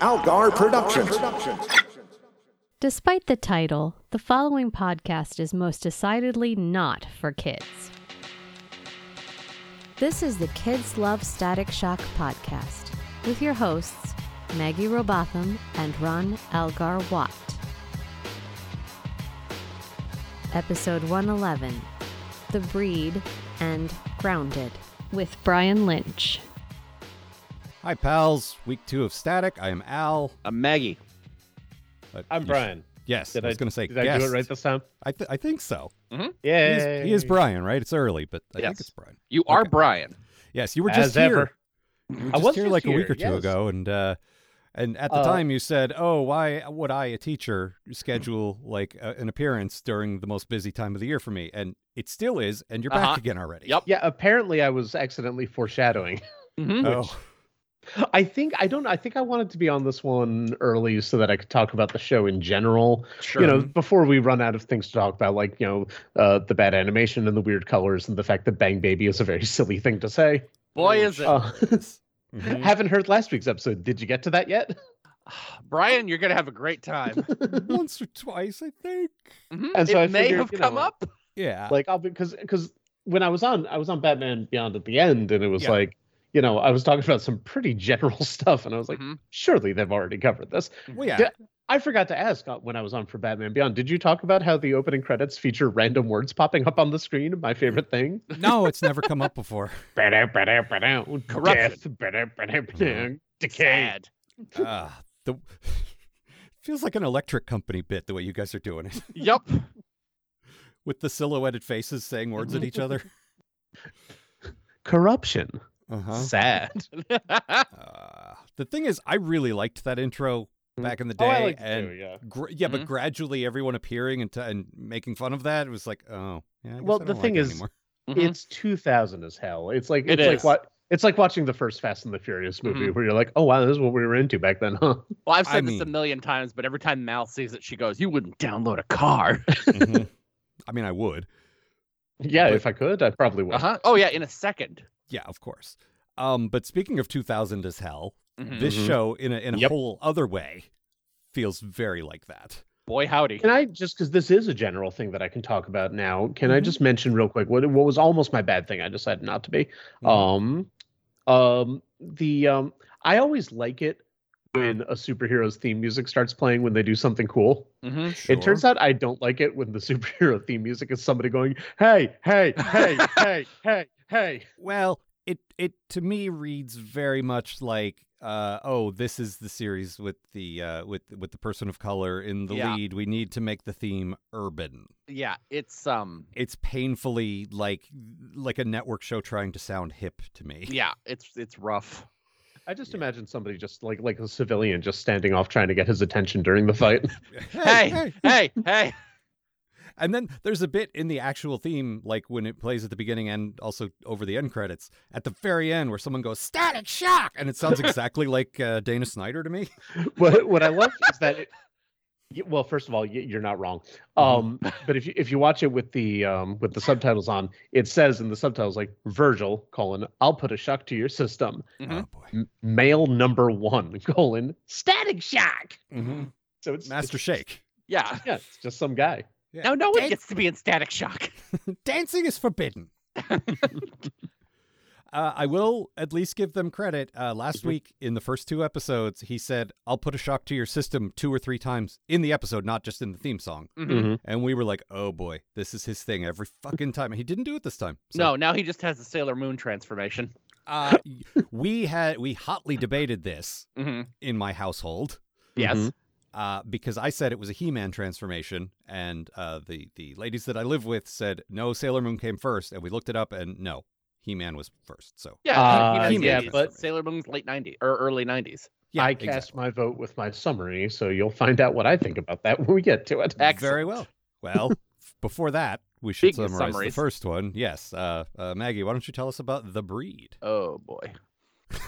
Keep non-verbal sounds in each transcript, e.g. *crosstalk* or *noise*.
Algar Productions. Despite the title, the following podcast is most decidedly not for kids. This is the Kids Love Static Shock podcast with your hosts, Maggie Robotham and Ron Algar Watt. Episode 111 The Breed and Grounded with Brian Lynch. Hi, pals. Week two of Static. I am Al. I'm Uh, Maggie. But I'm you sh- Brian. yes, Did I was going to to say Did I guest. do it right this time? I, th- I think so. He is- Yeah. He is Brian, right? It's early, but I think Yes. it's Brian. You are Okay. Brian. Yes, you were As just here. ever. You were I just was here just like a week here, or two yes. ago, and uh, and at the Uh, time you said, "Oh, why would I, a teacher, schedule like a, an appearance during the most busy time of the year for me?" And it still is, and you're Uh-huh. back again already. Yep. Yeah. Apparently, I was accidentally foreshadowing. *laughs* Mhm. Oh, I think I don't. I think I wanted to be on this one early so that I could talk about the show in general. Sure. You know, before we run out of things to talk about, like you know, uh, the bad animation and the weird colors and the fact that "bang baby" is a very *laughs* silly thing to say. Boy, is it. Uh, *laughs* Mhm. haven't heard last week's episode. Did you get to that yet? Brian, you're going to have a great *laughs* time. *laughs* once or twice, I think. Mhm. And so it I may figured, have you come know, up. Yeah. like I'll because because when I was on I was on Batman Beyond at the end and it was Yeah. like you know I was talking about some pretty general *laughs* stuff and I was like Mm-hmm. Mhm. surely they've already covered this. well, yeah. Yeah. I forgot to ask uh, when I was on for Batman Beyond. Did you talk about how the opening credits feature random words popping up on the screen? My *laughs* favorite thing. No, it's never come up before. Corruption. Corruption. Mm-hmm. Decay. Sad. uh, the *laughs* feels like an electric company bit the way you guys are doing it *laughs* *laughs* Yep. with the silhouetted faces saying words at each *laughs* other. Corruption. Uh-huh. Sad. Uh, the thing is, I really liked that intro back in the day, Oh, I liked it and too, yeah. gra- yeah, Mm-hmm. Mhm. but gradually everyone appearing and, t- and making fun of that it was like, oh, yeah. I guess Well, I the don't like thing it is, *laughs* anymore. Mhm. It's 2000 as hell. It's like It it's like is. what it's like watching the first Fast and the Furious movie Mhm. where you're like, oh wow, this is what we were into back then, huh? Well, I've I said this a mean- million times, but every time Mal sees it, she goes, You wouldn't download a car. *laughs* Mhm. I mean, I would. Yeah, But- if I could, I probably would. uh huh. Oh, yeah, in a 2nd Yeah, of course. Um, but speaking of 2000 as hell, Mm-hmm. this Mhm. show in a in a Yep. whole other way feels very like that. Boy, howdy. Can I just because this is a general thing that I can talk about now? Can I Mhm. just mention real quick what what was almost my bad thing? I decided not to be. Mhm. Um, um, the um, I always like it when a superhero's theme music starts playing when they do something cool. Mhm. It turns out I don't like it when the *laughs* superhero theme music is somebody going, "Hey, hey, hey, hey, hey, hey." Well, it it to me reads very much like uh, oh, this is the series with the uh, with with the person of color in the Yeah. lead. We need to make the theme urban. Yeah, it's, um, It's painfully like like a network show trying to sound hip to me. *laughs* *laughs* yeah, it's it's rough. I just Yeah. imagine somebody just like like a civilian just standing off trying to get his attention during the fight. *laughs* Hey, Hey, *laughs* hey. And then there's a bit in the actual theme, like when it plays at the beginning and also over the end credits, at the very end where someone goes "Static Shock," and it *laughs* sounds exactly like uh, Dana Snyder to me. what what I love is that it, y- well, first of all, y- you're not wrong. Um, but if you if you watch it with the um with the subtitles on, it says in the subtitles like Virgil colon I'll put a shock to your system. Mhm. Oh boy, M- male number one *laughs* colon static shock. Mm-hmm. Mhm. So it's Master it's- Shake. Yeah. Yeah, it's just some guy. Now, no one Dang. gets to be in static shock. Dancing is forbidden. uh, I will at least give them credit. Uh, last week in the first two episodes, he said, I'll put a shock to your system two or three times in the episode, not just in the theme song. Mm-hmm. Mhm. And we were like, oh boy, this is his thing every fucking time. And he didn't do it this time. So, No, now he just has the Sailor Moon transformation. uh, we had we hotly debated this hmm in my household. Yes. Mhm. Uh, because I said it was a He-Man transformation, and uh, the the ladies that I live with said no, Sailor Moon came first, and we looked it up, and no, He-Man was first. So Yeah, Uh, you know, yeah, yeah, but but- Sailor Moon's late 90s or early 90s. yeah, I cast my vote with my summary, so you'll find out what I think about that *laughs* when we get to it. Excellent. Very well. *laughs* Well, f- before that, we should Speaking of summarize the summaries. first one. Yes, uh, uh, Maggie, why don't you tell us about the breed? Oh boy.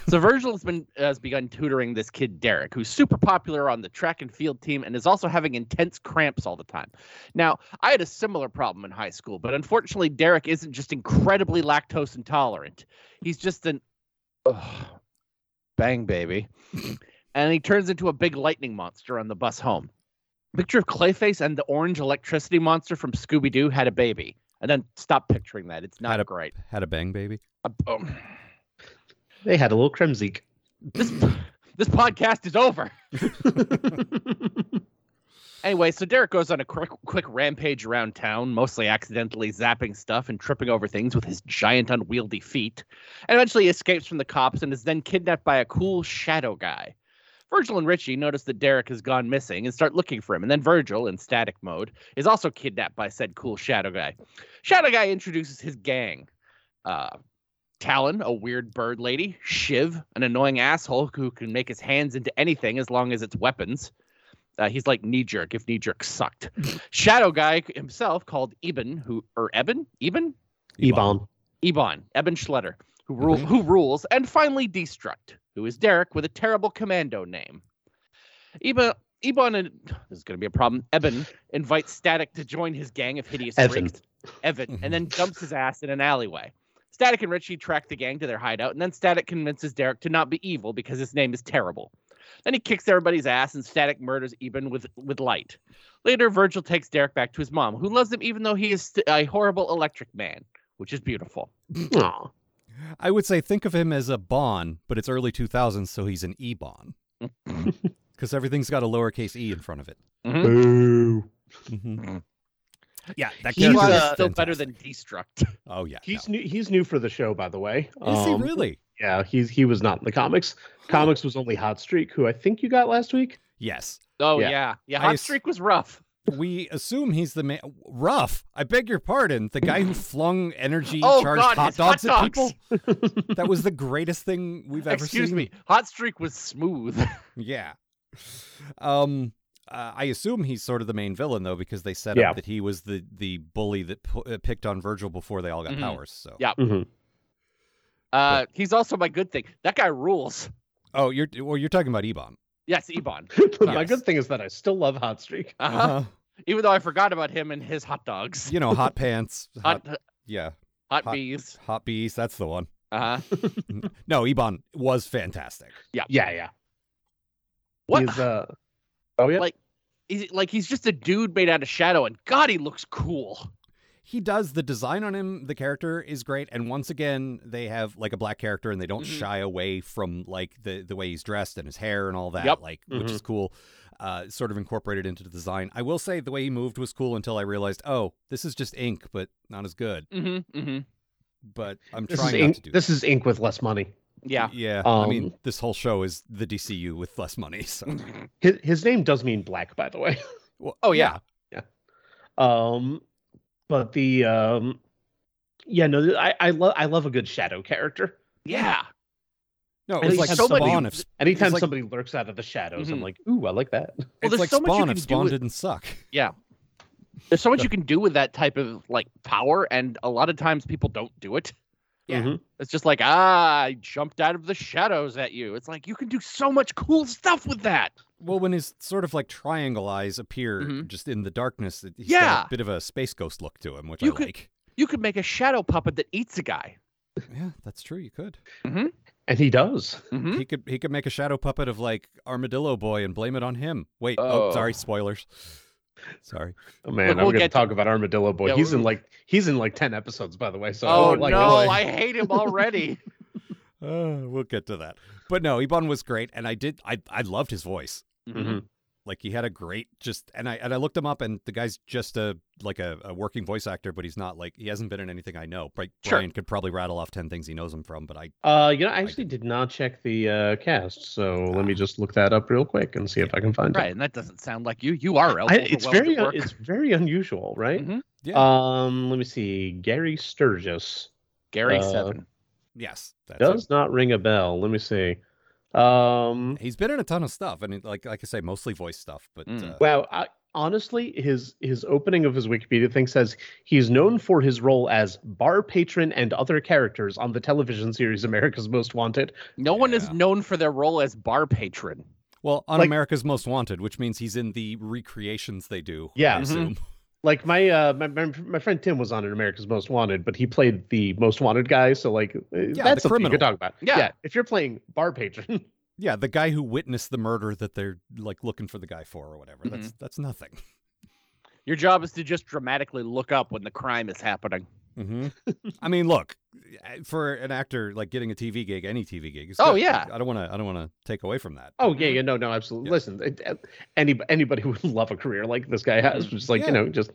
so Virgil has been has begun tutoring this kid Derek, who's super popular on the track and field team and is also having intense cramps all the time. Now, I had a similar problem in high school, but unfortunately Derek isn't just incredibly lactose intolerant. He's just an ugh, bang baby. and he turns into a big lightning monster on the bus home. Picture of Clayface and the orange electricity monster from Scooby Doo had a baby. And then stop picturing that. It's not Had a- Oh, great. Had a bang baby. Uh, boom. They had a little Kremzik. This this podcast is over. Anyway, so Derek goes on a quick, quick rampage around town, mostly accidentally zapping stuff and tripping over things with his giant unwieldy feet, and eventually escapes from the cops and is then kidnapped by a cool shadow guy. Virgil and Richie notice that Derek has gone missing and start looking for him, and then Virgil, in static mode, is also kidnapped by said cool shadow guy. Shadow guy introduces his gang. Uh, Talon, a weird bird lady, Shiv, an annoying asshole who can make his hands into anything as long as it's weapons, uh, he's like knee jerk if knee jerk sucked. Shadow guy himself called Eben, who or Eben, Eben, Ebon. Ebon, Eben Schletter, who rule, who rules, and finally Destruct, who is Derek with a terrible commando name. Eben, Ebon, and this is going to be a problem. Eben invites Static to join his gang of hideous Evan. freaks, Evan, and then dumps his ass in an alleyway. Static and Richie track the gang to their hideout, and then Static convinces Derek to not be evil because his name is terrible. Then he kicks everybody's ass, and Static murders Eben with with light. Later, Virgil takes Derek back to his mom, who loves him even though he is st- a horrible electric man, which is beautiful. Aw. I would say think of him as a Bon, but it's early 2000s, so he's an *laughs* Ebon. Because everything's got a lowercase e in front of it. Mhm. Boo. Mhm. Yeah, that He's, Mm. He's character is uh, still fantastic. better than Destruct. *laughs* Oh yeah, He's new. He's new for the show, by the way. no. is Um, he really? Yeah, he's he was not in the comics. Comics was only Hot Streak, who I think you got last week. *laughs* Yes. Oh Yeah. yeah, yeah. I Hot ass- streak was rough. We assume he's the man. Rough. I beg your pardon. The *laughs* guy who flung energy Oh charged god, hot his dogs, hot dogs. at people. *laughs* That was the greatest thing we've ever seen. Excuse me. Hot streak was smooth. *laughs* Uh, Yeah. Um, uh, I assume he's sort of the main villain though, because they set Yeah. up that he was the the bully that pu- uh, picked on Virgil before they all got Mhm. powers. So. Yeah. Uh, he's also my good thing. That guy rules. *laughs* Oh, you're well. You're talking about Ebon. Yes, Ebon. But My Yes. good thing is that I still love Hot Streak. Uh-huh. Even though I forgot about him and his hot dogs, You know, hot pants. Hot, hot, uh, yeah, hot, hot- bees. hot bees. That's the one. Uh-huh. No, Ebon was fantastic. Yeah, yeah. What? He's, uh, oh yeah. Like- He's, like he's just a dude made out of shadow, and God, he looks cool. he does the design on him the character is great and once again they have like a black character and they don't Mhm. shy away from like the the way he's dressed and his hair and all that Yep. Mm-hmm. like which is cool uh sort of incorporated into the design i will say the way he moved was cool until i realized oh this is just ink but not as good Mm-hmm. Mm-hmm. but i'm this is trying ink. not to do This is ink with less money. Yeah. yeah i mean Um, this whole show is the dcu with less money *laughs* so His, his name does mean black, by the way. *laughs* Well, Oh, yeah. Um, but the um, yeah, no, I I love I love a good shadow character. *laughs* Yeah. no it And was he's like had so many- spawn if it's Anytime like- Mm-hmm. somebody lurks out of the shadows, I'm Mhm. like, ooh, I like that. *laughs* there's like so much you spawn can if do spawn with- didn't suck There's so much you can do with that type of like power, and a lot of times people don't do it. Yeah. Mhm. It's just like, ah, I jumped out of the shadows at you. It's like you can do so much cool stuff with that. Well, when his sort of like triangle eyes appear Mhm. just in the darkness, it- he's got Yeah. a bit of a space ghost look to him, which You I could- like. You could make a shadow puppet that eats a guy. Yeah, that's true. You could. And he does. Mm-hmm. He could. He could make a shadow puppet of like Armadillo Boy and blame it on him. Wait. Oh, Oh. sorry. Spoilers. *sighs* Sorry. Oh man, Look, I'm we'll gonna get to- talk about Armadillo Boy. Yeah, he's in we'll- like he's in like ten episodes, by the way. So I Oh don't like no, him. I hate him *laughs* already. Uh, we'll get to that. But no, Ibon was great, and I did. I I loved his voice. Mm-hmm. Mhm. Like he had a great just, and I and I looked him up, and the guy's just a like a, a working voice actor, but he's not like he hasn't been in anything I know. Like Sure. Brian could probably rattle off ten things he knows him from, but I Uh, you know, I actually did not check the uh, cast, so Ah. let me just look that up real quick and see if I can find Right, it. and that doesn't sound like you. You are I, eligible. it's well to very work. it's very unusual, right? Mhm. Yeah. Um, let me see. Gary Sturgis Gary uh, Seven. yes, that's it. does not ring a bell. Let me see. Um, He's been in a ton of stuff, and it- like like I say, mostly voice stuff. But Mm. uh, wow. I, honestly, his his opening of his Wikipedia thing says he's known for his role as bar patron and other characters on the television series America's Most Wanted. No one is Yeah. known for their role as bar patron. well, on like- America's Most Wanted, which means he's in the recreations they do. Yeah. I Mhm. assume. like my uh my, my my friend Tim was on in America's Most Wanted, but he played the most wanted guy, so like uh, that's the something you criminal. could talk about. Yeah. if you're playing bar patron, *laughs* yeah, the guy who witnessed the murder that they're like looking for the guy for or whatever. Mm-hmm. That's that's nothing. Your job is to just dramatically look up when the crime is happening. Mm-hmm. hmm I mean, look, eh, for an actor like getting a TV gig, any TV gig. Is Oh, good. yeah. I don't want to. I don't want to take away from that. Oh yeah, yeah, no, no, absolutely. Mm-hmm. Yeah. Listen, it- it- any anybody would *laughs* love a career like this guy has, just like Yeah. you know, just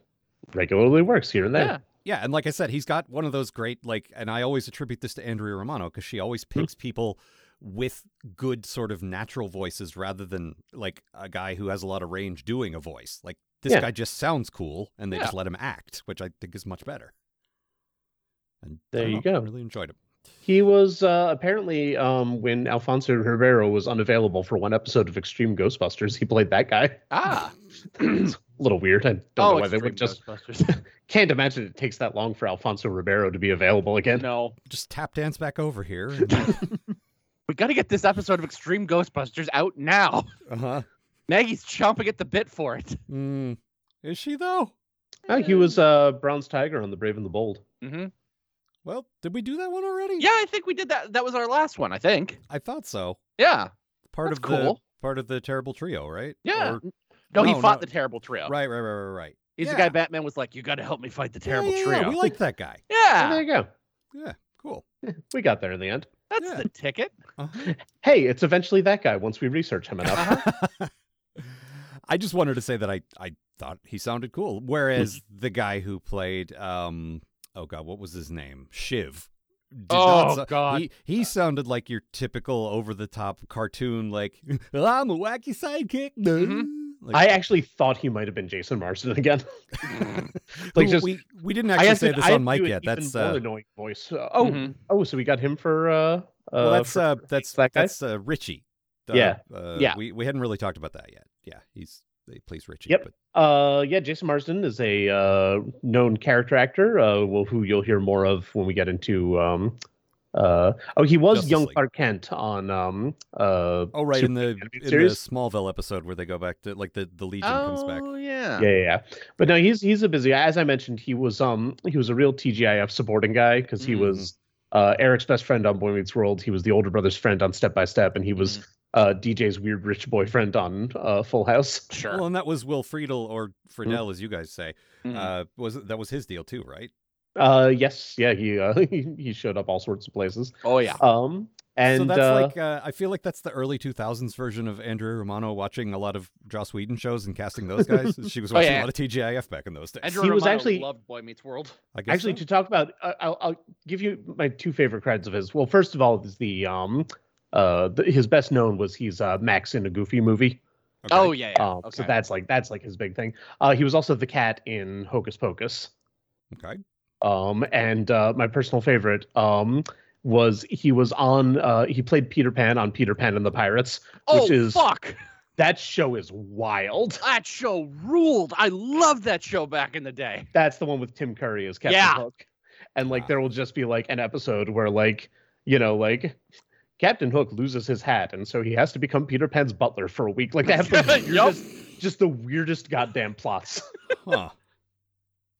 regularly works here and there. Yeah. Yeah, and like I said, he's got one of those great like, and I always attribute this to Andrea Romano because she always Hmm. picks people with good sort of natural voices rather than like a guy who has a lot of range doing a voice. Like this Yeah. guy just sounds cool, and they Yeah. just let him act, which I think is much better. And I There don't you know, go. Really enjoyed him. He was uh, apparently um, when Alfonso Ribeiro was unavailable for one episode of Extreme Ghostbusters, he played that guy. *clears throat* Ah. It's a little weird. I don't know why they Oh, Extreme would just Ghostbusters. *laughs* can't imagine it takes that long for Alfonso Ribeiro to be available again. no. Just tap dance back over here. *laughs* and- We got to get this episode of Extreme Ghostbusters out now. *laughs* uh-huh. Maggie's chomping at the bit for it. Mm. Is she though? Oh, he was uh, Bronze Tiger on The Brave and the Bold. Mm-hmm. Well, did we do that one already? Yeah, I think we did that. That was our last one, I think. I thought so. Yeah. Part That's of the cool. part of the terrible trio, right? Yeah. Or- No, he No, fought no. the terrible trio. right, right, right, right, right. He's Yeah. the guy Batman was like, You got to help me fight the Yeah, terrible yeah, trio. Yeah, we like that guy. So Yeah, there you go. Yeah, cool. We got there in the end. that's Yeah. the ticket. Uh-huh. Hey, it's eventually that guy once we research him Uh-huh. enough. *laughs* I just wanted to say that I I thought he sounded cool. Whereas Mm-hmm. the guy who played um oh god, what was his name? Shiv. Did Oh, sou- God. He, he sounded like your typical over the top cartoon, like *laughs* "Well, I'm a wacky sidekick. Mm-hmm. Mhm. Like, I actually thought he might have been Jason Marsden again. *laughs* who- like just- we, we didn't *laughs* I actually have say to, this I have on to mic do an yet. even That's more uh, annoying voice. Uh, oh, mm-hmm. Mhm. oh, so we got him for. Uh, uh, well, that's for- uh that's that guy? that's uh, Richie. Uh, Yeah. uh, Yeah. We we hadn't really talked about that yet. Yeah, he's they plays Richie. Yep. but- Uh, yeah, Jason Marsden is a uh, known character actor, uh, well, who you'll hear more of when we get into. Um, uh, oh, he was Justice young League. Clark Kent on. Um, uh, Oh right, in the in Superman animated the series? Smallville episode where they go back to like the the Legion comes back. Oh, yeah. yeah, yeah, yeah. But no, he's he's a busy. guy. As I mentioned, he was um he was a real TGIF supporting guy because he was Mm-hmm. uh, Eric's best friend on Boy Meets World. He was the older brother's friend on Step by Step, and he was Mm. uh, DJ's weird rich boyfriend on uh, Full House. *laughs* Sure. Well, and that was Will Friedle or Mm-hmm. Friedel, as you guys say. Mhm. Uh, was that was his deal too, right? Uh, yes, yeah, he uh, *laughs* he he showed up all sorts of places. oh, yeah. Um, and so that's uh, like uh, I feel like that's the early two thousands version of Andrea Romano watching a lot of Joss Whedon shows and casting *laughs* those guys. she was Oh, watching yeah. a lot of TGIF back in those days. Andrew he was Romano actually- loved Boy Meets World. I guess Actually, so. to talk about, I- I'll, I'll give you my two favorite credits of his. Well, first of all, is the um, uh, the, his best known was he's uh, Max in a Goofy movie. Okay. Oh, yeah. yeah. Um, okay. so that's like that's like his big thing. Uh, he was also the cat in Hocus Pocus. okay. Um, and uh, my personal favorite um was he was on uh he played Peter Pan on Peter Pan and the Pirates, oh, which is fuck. that show is wild. That show ruled. I loved that show back in the day. that's the one with Tim Curry as Captain Yeah. Hook. And like Ah. there will just be like an episode where like, you know, like Captain Hook loses his hat and so he has to become Peter Pan's butler for a week. Like that *laughs* Yup. just, just the weirdest goddamn *laughs* plots. Huh.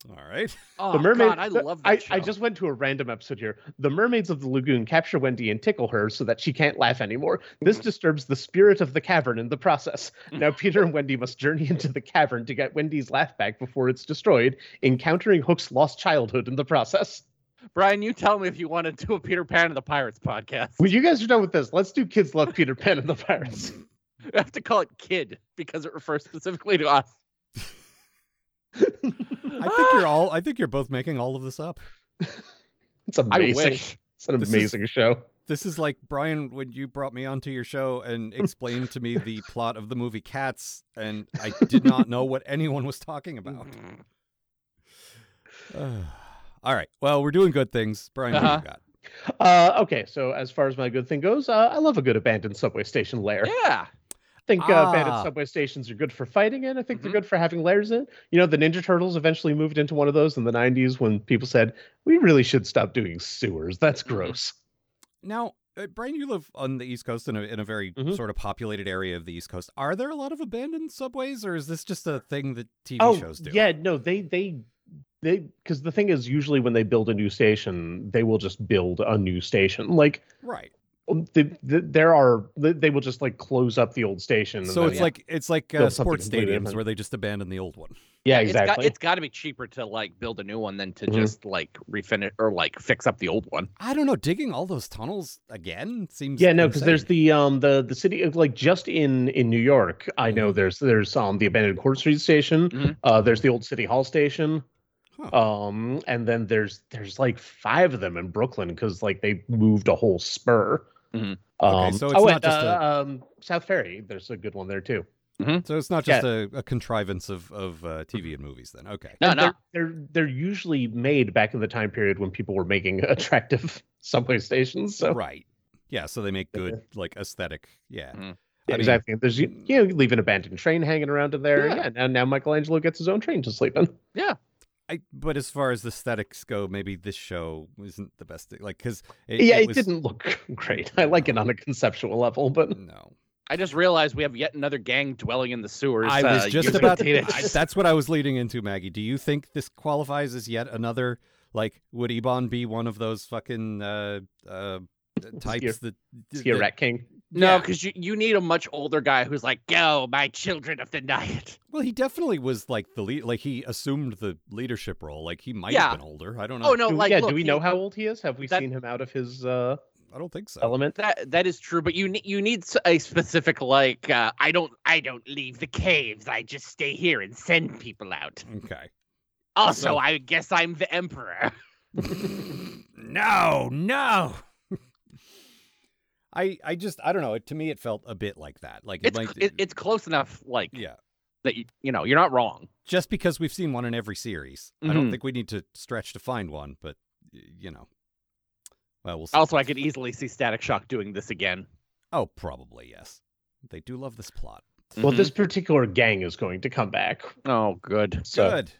All right. Oh, the mermaid God, I the- love that I, show. I just went to a random episode here. The mermaids of the lagoon capture Wendy and tickle her so that she can't laugh anymore. This Mm-hmm. disturbs the spirit of the cavern in the process. Mm. Now Peter and Wendy must journey into the cavern to get Wendy's laugh back before it's destroyed, encountering Hook's lost childhood in the process. Brian, you tell me if you want to do a Peter Pan and the Pirates podcast. When you guys are done with this, let's do *laughs* Kids Love Peter Pan and the Pirates. *laughs* We have to call it kid because it refers specifically to us. I think you're all. I think you're both making all of this up. It's I amazing. wish. It's an This is- amazing show. This is like Brian when you brought me onto your show and explained to me *laughs* the plot of the movie Cats, and I did not know what anyone was talking about. Mm-hmm. *sighs* All right, well, we're doing good things, Brian. What Uh-huh. you got? Uh, okay, so as far as my good thing goes, uh, I love a good abandoned subway station lair. Yeah. I think uh, abandoned Ah. Mm-hmm. subway stations are good for fighting in. I think Mhm. they're good for having lairs in. You know, the Ninja Turtles eventually moved into one of those in the 90s when people said, we really should stop doing sewers. That's Mm-hmm. Mhm. gross. Now, uh, Brian, you live on the East Coast in a in a very Mhm. sort of populated area of the East Coast. Are there a lot of abandoned subways, or is this just a thing that TV shows do? Oh, yeah, no, they, they, they, because the thing is, usually when they build a new station, they will just build a new station. Like, right. Um, the, the, there are they will just like close up the old station. and So then- it's like it's like uh, Build something sports completely stadiums different. where they just abandon the old one. yeah, It's got- exactly. it's got to be cheaper to like build a new one than to Mhm. just like refinish or like fix up the old one. I don't know. Digging all those tunnels again seems yeah, no, because there's insane. the um the the city of like just in in New York. I know Mm-hmm. there's there's um the abandoned Court Street station. Mhm. Uh, there's the old City Hall station. Huh. Um, and then there's there's like five of them in Brooklyn because like they moved a whole spur. Mhm. Um, Mm-hmm. so it's oh, not and, just a- uh, um, South Ferry. There's a good one there too. so it's not yeah. just a, a contrivance of of uh, TV and movies. Then okay, No, And no. They're, they're they're usually made back in the time period when people were making *laughs* attractive subway stations. So right? Yeah, so they make good like aesthetic. Yeah, Mhm. I mean, exactly. There's you, you know, you leave an abandoned train hanging around in there. Yeah. Yeah. now now Michelangelo gets his own train to sleep in. I, but as far as the aesthetics go, maybe this show isn't the best. thing, Like because yeah, it, was- didn't look *laughs* great. I like it on a conceptual level, but No, I just realized we have yet another gang dwelling in the sewers. I uh, was just using about teenagers. I- that's what I was leading into, Maggie. Do you think this qualifies as yet another like would Ebon be one of those fucking uh uh types that, see a that- rat king. No, Yeah. because you, you need a much older guy who's like, go, my children of the night. Well, he definitely was like the lead like he assumed the leadership role. Like he might Yeah. have been older. I don't know. Oh, no, Do- like, yeah, look, do we he- know how old he is? Have we that- seen him out of his uh, I don't think so. element? That that is true, but you need you need s- a specific like uh, I don't I don't leave the caves. I just stay here and send people out. *laughs* Okay. Also, So- I guess I'm the emperor. no, no. I I just I don't know. It, to me, it felt a bit like that. Like it *laughs* It's might. cl- it, it's close enough, like yeah. that you, you know you're not wrong. just because we've seen one in every series. I don't Mhm. think we need to stretch to find one, but y- you know. Well, we'll see. Also, I could easily see Static Shock doing this again. oh, probably yes. They do love this plot. Mm-hmm. Well, this particular gang is going to come back. oh good. So Good.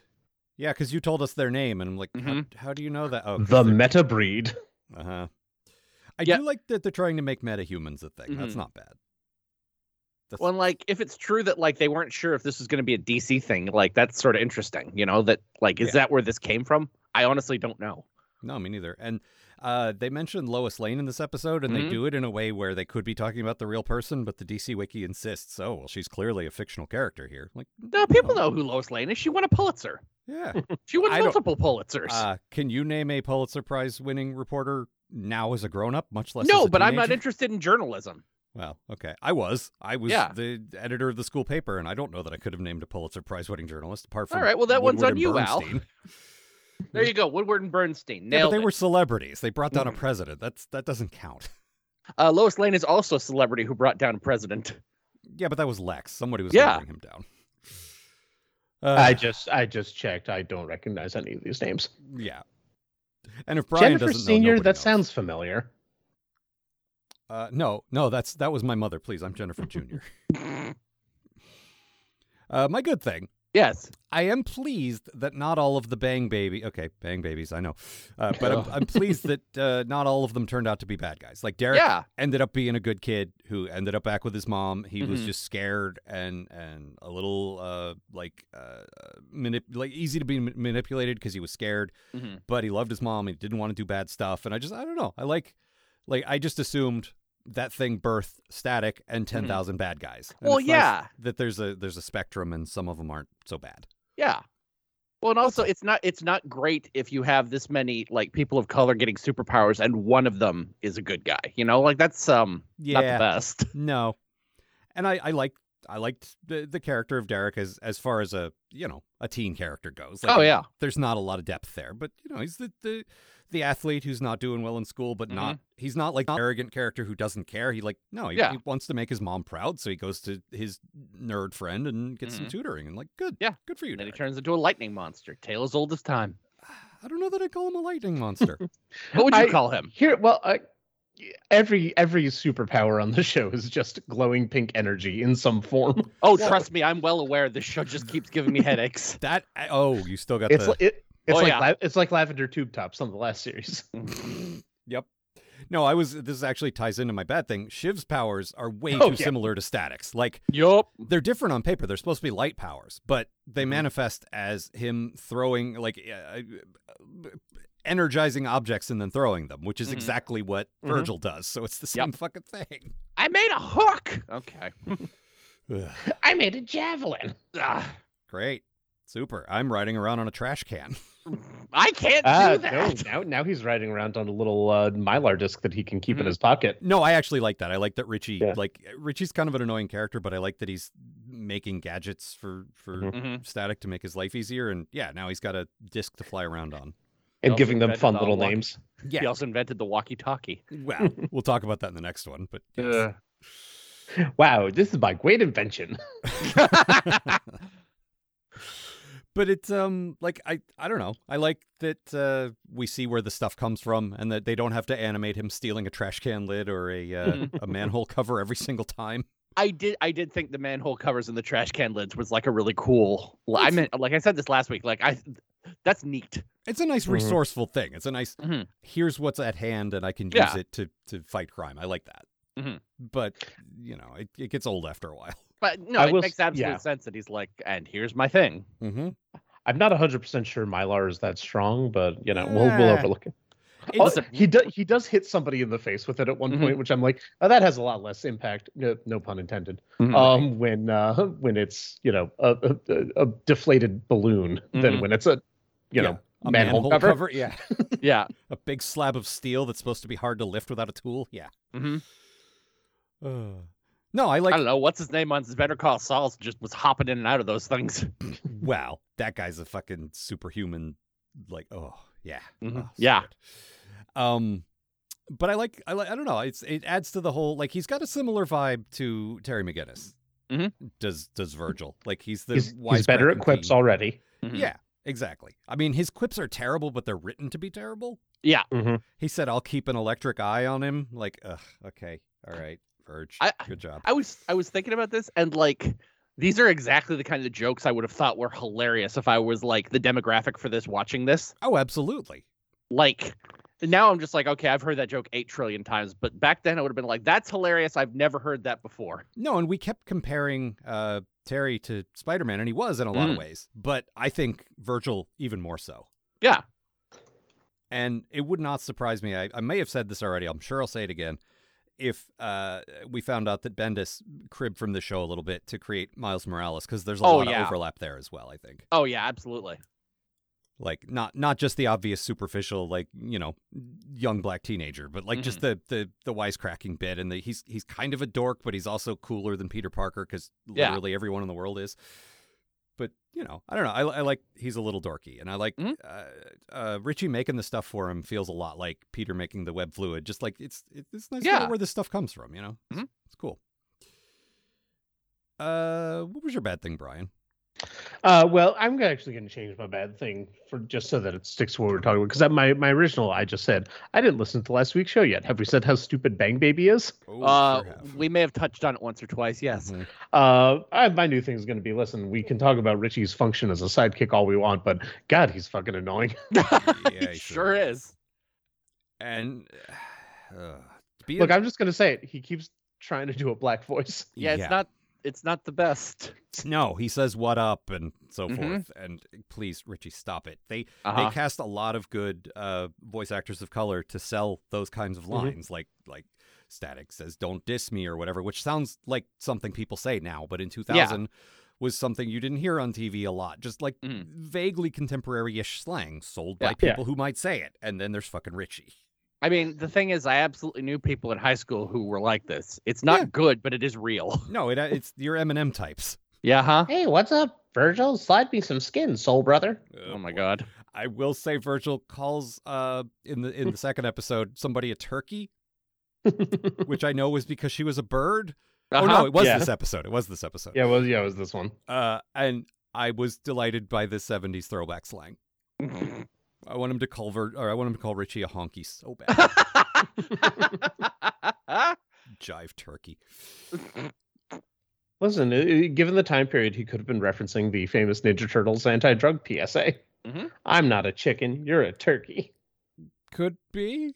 Yeah, because you told us their name, and I'm like, how, Mhm. how do you know that? Oh, the meta breed. Uh huh. I Yeah. do like that they're trying to make metahumans a thing. Mhm. That's not bad. That's, Well, and, like if it's true that like they weren't sure if this was going to be a DC thing, like that's sort of interesting. You know that like is Yeah. that where this came from? I honestly don't know. no, me neither. And uh, they mentioned Lois Lane in this episode, and Mhm. they do it in a way where they could be talking about the real person, but the DC Wiki insists, oh, well, she's clearly a fictional character here. Like, No, people know who Lois Lane is. She won a Pulitzer. yeah. She won I don't- multiple Pulitzers. Uh, can you name a Pulitzer Prize winning reporter now as a grown up, much less? as no, a but I'm not teenager? interested in journalism. Well, okay, I was. I was Yeah. the editor of the school paper, and I don't know that I could have named a Pulitzer Prize winning journalist apart from. All right, well, that one's Woodward on and you, Al. *laughs* Bernstein. There you go, Woodward and Yeah, Bernstein. but Nailed they it. Mm-hmm. were celebrities. They brought down a president. That's that doesn't count. Uh, Lois Lane is also a celebrity who brought down a president. *laughs* Yeah, but that was Lex. Somebody was Yeah. gonna bring him down. Uh, I just I just checked. I don't recognize any of these names. yeah. And if Brian Jennifer doesn't Senior. know, nobody that knows. sounds familiar. Uh, no, no, that's that was my mother. Please, I'm Jennifer *laughs* Junior. uh, my good thing Yes. I am pleased that not all of the Bang Baby, okay, Bang Babies, I know, uh, but I'm, *laughs* I'm pleased that uh, not all of them turned out to be bad guys. Like Derek Yeah. ended up being a good kid who ended up back with his mom. He was Mhm. just scared and and a little uh, like uh, manip- like easy to be ma- manipulated because he was scared, Mhm. but he loved his mom. He didn't want to do bad stuff, and I just I don't know. I like like I just assumed that thing birthed static and ten bad guys. And Mm-hmm. Well, it's nice yeah. that there's a there's a spectrum and some of them aren't so bad. Yeah. Well, and also it's not it's not great if you have this many like people of color getting superpowers and one of them is a good guy. You know, like that's um not the Yeah. best. No, and I I like I liked the, the character of Derek as as far as a you know a teen character goes. oh yeah. there's not a lot of depth there, but you know he's the the, the athlete who's not doing well in school, but not he's not like an arrogant character who doesn't care. He like no, he, Mm-hmm. Yeah. he wants to make his mom proud, so he goes to his nerd friend and gets some Mhm. tutoring and like good Yeah. good for you. And then he Derek. turns into a lightning monster. Tale as old as time. I don't know that I call him a lightning *laughs* monster. What would you I- call him? Here, well, I, every every superpower on the *laughs* show is just glowing pink energy in some form. Oh, trust me, I'm well aware this show just keeps giving *laughs* me headaches. that I- oh you still got It's the li- it, it's Oh, like yeah. la- it's like lavender tube tops on the last series. Yep. No, I was. This actually ties into my bad thing. Shiv's powers are way Oh, too yeah. similar to Static's. Like yup. they're different on paper. They're supposed to be light powers, but they Mhm. manifest as him throwing like uh, energizing objects and then throwing them, which is Mhm. exactly what Mhm. Virgil does. So it's the Yep. same fucking thing. *laughs* I made a hook. Okay. Ugh, I made a javelin. Ugh. Great. Super. I'm riding around on a trash can. *laughs* I can't Ah, do that. No, now, now he's riding around on a little uh, mylar disc that he can keep in Mhm. his pocket. No, I actually like that. I like that Richie Yeah. like Richie's kind of an annoying character, but I like that he's making gadgets for for Mhm. Mhm. Static to make his life easier and yeah, now he's got a disc to fly around on. and Elf giving them invented fun the little walkie- names. Yeah. He also invented the walkie-talkie. Well, we'll talk about that in the next one, but yes. Ugh. *laughs* Wow, this is my great invention. *laughs* but it's um like I I don't know. I like that uh, we see where the stuff comes from and that they don't have to animate him stealing a trash can lid or a uh, a manhole cover every single time. I did. I did think the manhole covers and the trash can lids was like a really cool. li- I It's- meant, like I said this last week. Like I, that's neat. It's a nice Mhm. resourceful thing. It's a nice Mhm. here's what's at hand and I can use Yeah. it to to fight crime. I like that. Mhm. But you know, it, it gets old after a while. *laughs* But no, I it will makes s- absolute yeah. sense that he's like, and here's my thing. Mm-hmm. I'm not 100% sure mylar is that strong, but you know, we'll, we'll Yeah. overlook it. It's, Also, he does he does hit somebody in the face with it at one Mhm. point, which I'm like, oh, that has a lot less impact. No, no pun intended. Um, when uh, when it's you know a, a- a, a deflated balloon than Mhm. when it's a you know a manhole, cover. Yeah. *laughs* yeah. a big slab of steel that's supposed to be hard to lift without a tool. Yeah. Mhm. Uh, no, I I like don't know what's his name on Better Call Saul. Just was hopping in and out of those things. wow, that guy's a fucking superhuman. Like, oh yeah, Mhm. Oh, so Yeah. good. Um, but I like, I like, I don't know. It's it adds to the whole like he's got a similar vibe to Terry McGinnis. Mhm. Does does Virgil like he's the he's, he's better at wisecracking quips king. already. Mhm. Yeah, exactly. I mean, his quips are terrible, but they're written to be terrible. Yeah. Mhm. He said, "I'll keep an electric eye on him." Like, ugh, okay, all right, Verge, I- good job. I was I was thinking about this and like these are exactly the kind of jokes I would have thought were hilarious if I was like the demographic for this watching this. oh, absolutely. Like now I'm just like, okay, I've heard that joke eight trillion times, but back then I would have been like, that's hilarious. I've never heard that before. No, and we kept comparing uh, Terry to Spider Man, and he was in a lot of Mm. ways, but I think Virgil even more so. Yeah. And it would not surprise me. I, I may have said this already. I'm sure I'll say it again. If uh, we found out that Bendis cribbed from the show a little bit to create Miles Morales, because there's a Oh, lot yeah. of overlap there as well. I think, Oh yeah, absolutely. like not not just the obvious superficial, like you know, young black teenager, but like just Mm-hmm. the the the wisecracking bit, and the, he's he's kind of a dork, but he's also cooler than Peter Parker because Yeah. literally everyone in the world is. But you know, I don't know. I, I like he's a little dorky, and I like Mhm. uh, uh, Richie making the stuff for him feels a lot like Peter making the web fluid. Just like it's it, it's nice to know Yeah. where this stuff comes from. You know, Mhm. it's cool. Uh, what was your bad thing, Brian? Uh, well, I'm gonna- actually going to change my bad thing for just so that it sticks to what we're talking about. Because my my original, I just said I didn't listen to last week's show yet. Have we said how stupid Bang Baby is? Oh, uh sure have. *laughs* we may have touched on it once or twice, yes. Mhm. Uh, I, my new thing is going to be listen. We can talk about Richie's function as a sidekick all we want, but God, he's fucking annoying. Yeah, It he sure is. and uh, *sighs* be Look, a- I'm just going to say it. He keeps trying to do a black voice. Yeah, it's not it's not the best. No, he says what up and so Mhm. forth. And please, Richie, stop it. They Uh-huh. they cast a lot of good uh, voice actors of color to sell those kinds Mm-hmm. of lines, like like Static says, "Don't diss me" or whatever, which sounds like something people say now, but in 2000 was something you didn't hear on TV a lot. Just like Mhm. vaguely contemporary-ish slang sold by Yeah. Yeah. people who might say it. And then there's fucking Richie. I mean, the thing is I absolutely knew people in high school who were like this. It's not Yeah. good, but it is real. *laughs* No, it, uh, it's your Eminem types. Yeah, huh? Hey, what's up, Virgil? Slide me some skin, soul brother. Oh my god. I will say Virgil calls uh in the in the second episode somebody a turkey, which I know was because she was a bird. Oh no, Uh-huh. it was Yeah. this episode. It was this episode. Yeah, well, yeah, it was this one. Uh, and I was delighted by the '70s throwback slang. *laughs* I want him to call Vir- or I want him to call Richie a honky so bad. Jive turkey. Listen, i- i- given the time period, he could have been referencing the famous Ninja Turtles anti-drug PSA. Mhm. I'm not a chicken. You're a turkey. Could be.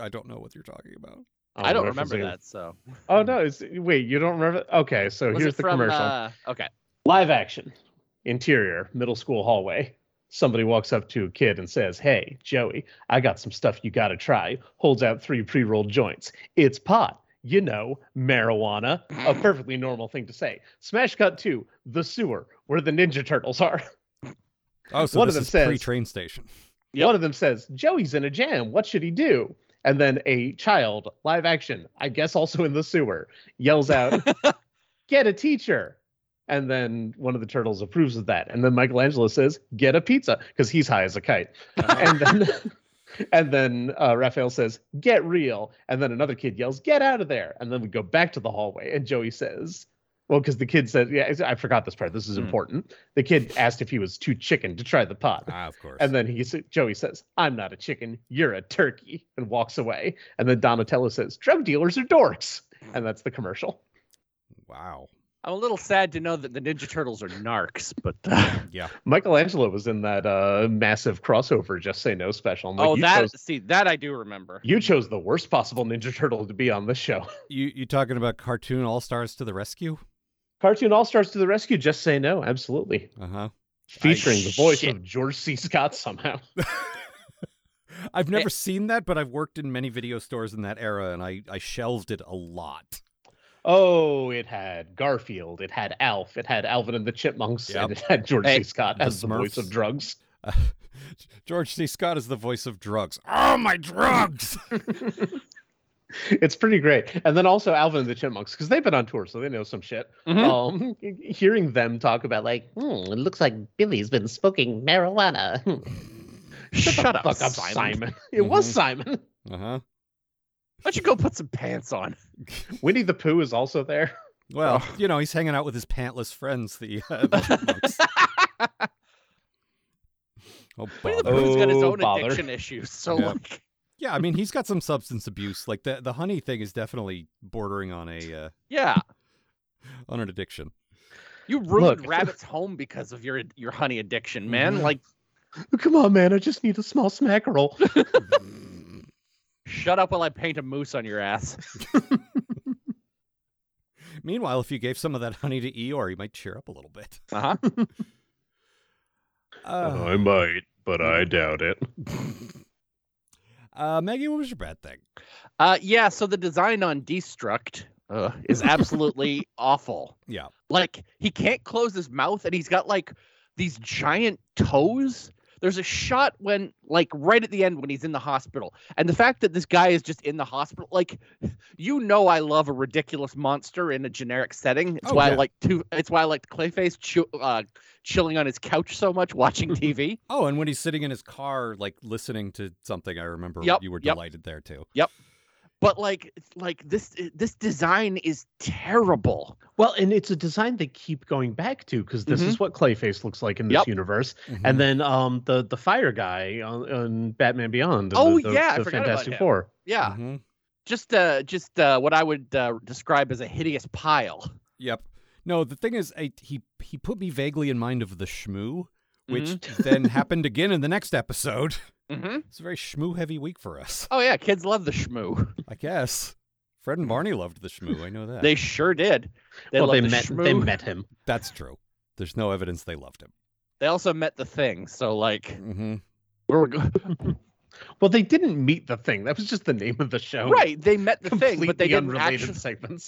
I don't know what you're talking about. I I'm don't remember referencing- that. So Oh no! It's, wait, you don't remember? Okay, so Was here's it the from, commercial. uh, okay. Live action. Interior, middle school hallway. somebody walks up to a kid and says, Hey, Joey, I got some stuff you got to try, holds out three pre rolled joints. It's pot, you know, marijuana, a perfectly normal thing to say. Smash Cut 2, The Sewer, where the Ninja Turtles are. *laughs* Oh, so One this of them is says- pre-train station. Yep. One of them says, Joey's in a jam. What should he do? And then a child, live action, I guess also in the sewer, yells out, *laughs* Get a teacher. And then one of the turtles approves of that. And then Michelangelo says, Get a pizza, because he's high as a kite. Uh-huh. and then. *laughs* And then uh, Raphael says, "Get real!" And then another kid yells, "Get out of there!" And then we go back to the hallway, and Joey says, "Well, because the kid said, yeah, I forgot this part. This is Hmm. important." The kid asked if he was too chicken to try the pot. Ah, of course. And then he sa- Joey says, "I'm not a chicken. You're a turkey," and walks away. And then Donatello says, "Drug dealers are dorks," and that's the commercial. wow. I'm a little sad to know that the Ninja Turtles are narcs, but *laughs* uh, Yeah. Michelangelo was in that uh, massive crossover "Just Say No" special. I'm like, oh, you that chose, see that I do *laughs* remember. you chose the worst possible Ninja Turtle to be on this show. *laughs* You you talking about cartoon all stars to the rescue? Cartoon All Stars to the rescue. Just say no. Absolutely. Uh huh. Featuring the voice shit. of George C. Scott somehow. *laughs* I've never Eh. seen that, but I've worked in many video stores in that era, and I I shelved it a lot. *laughs* Oh, it had Garfield, it had Alf, it had Alvin and the Chipmunks, Yep. and it had George Hey, C. Scott the as the voice Smurfs. of drugs. Uh, George C. Scott is the voice of drugs. Oh my *laughs* drugs! it's pretty great. And then also Alvin and the Chipmunks, because they've been on tour, so they know some shit. Mhm. Um, *laughs* hearing them talk about like, hmm, it looks like Billy's been smoking marijuana. Hmm, Shut, the up, Mm-hmm. fuck up, Simon. *laughs* It was Mhm. Simon. *laughs* uh huh. Why don't you go put some pants on? Winnie the Pooh is also there. *laughs* Well, Oh. you know, he's hanging out with his pantless friends, the, uh, the chipmunks. *laughs* oh, Winnie the bother. Pooh's got his Oh, own bother. addiction issues, so Yeah. like, yeah, I mean, he's got some substance abuse. Like the the honey thing is definitely bordering on a uh, yeah, on an addiction. you ruined *laughs* Look. Rabbit's home because of your your honey addiction, man. Mm-hmm. Mhm. Like, Come on, man. I just need a small *laughs* snack roll. shut up while I paint a moose on your ass. *laughs* Meanwhile, if you gave some of that honey to Eeyore, he might cheer up a little bit. Uh-huh. Uh, might, but I doubt it. uh, Maggie, what was your bad thing? Uh, yeah. So the design on Destruct uh, *laughs* is absolutely awful. Yeah. Like he can't close his mouth, and he's got like these giant toes. There's a shot when, like, right at the end when he's in the hospital, and the fact that this guy is just in the hospital, like, you know, I love a ridiculous monster in a generic setting. It's Oh, why yeah. I like to. It's why I like Clayface chew, uh, chilling on his couch so much, watching *laughs* TV. Oh, and when he's sitting in his car, like listening to something, I remember Yep, you were yep. delighted there too. but like, like this, this design is terrible. Well, and it's a design they keep going back to because this Mhm. is what Clayface looks like in this Yep. universe. Mhm. Mm-hmm. And then um the the fire guy on, on Batman Beyond. the- Oh, the, yeah, I the forgot about Fantastic him. Four. Yeah. Mhm. just uh just uh what i would uh, describe as a hideous pile Yep. No, the thing is, I, he he put me vaguely in mind of the Shmoo, which *laughs* then happened again in the next episode. *laughs* mm-hmm. It's a very Shmoo heavy week for us, oh yeah kids love the shmoo I guess. Fred and Barney loved the Shmoo. I know that. they sure did they well, loved they the met they shmoo. met him. That's true. There's no evidence they loved him. They also met the thing so like Mm-hmm. we were *laughs* go- Well, they didn't meet the thing. That was just the name of the show. right they met the Completely thing but they didn't unrelated actually segments.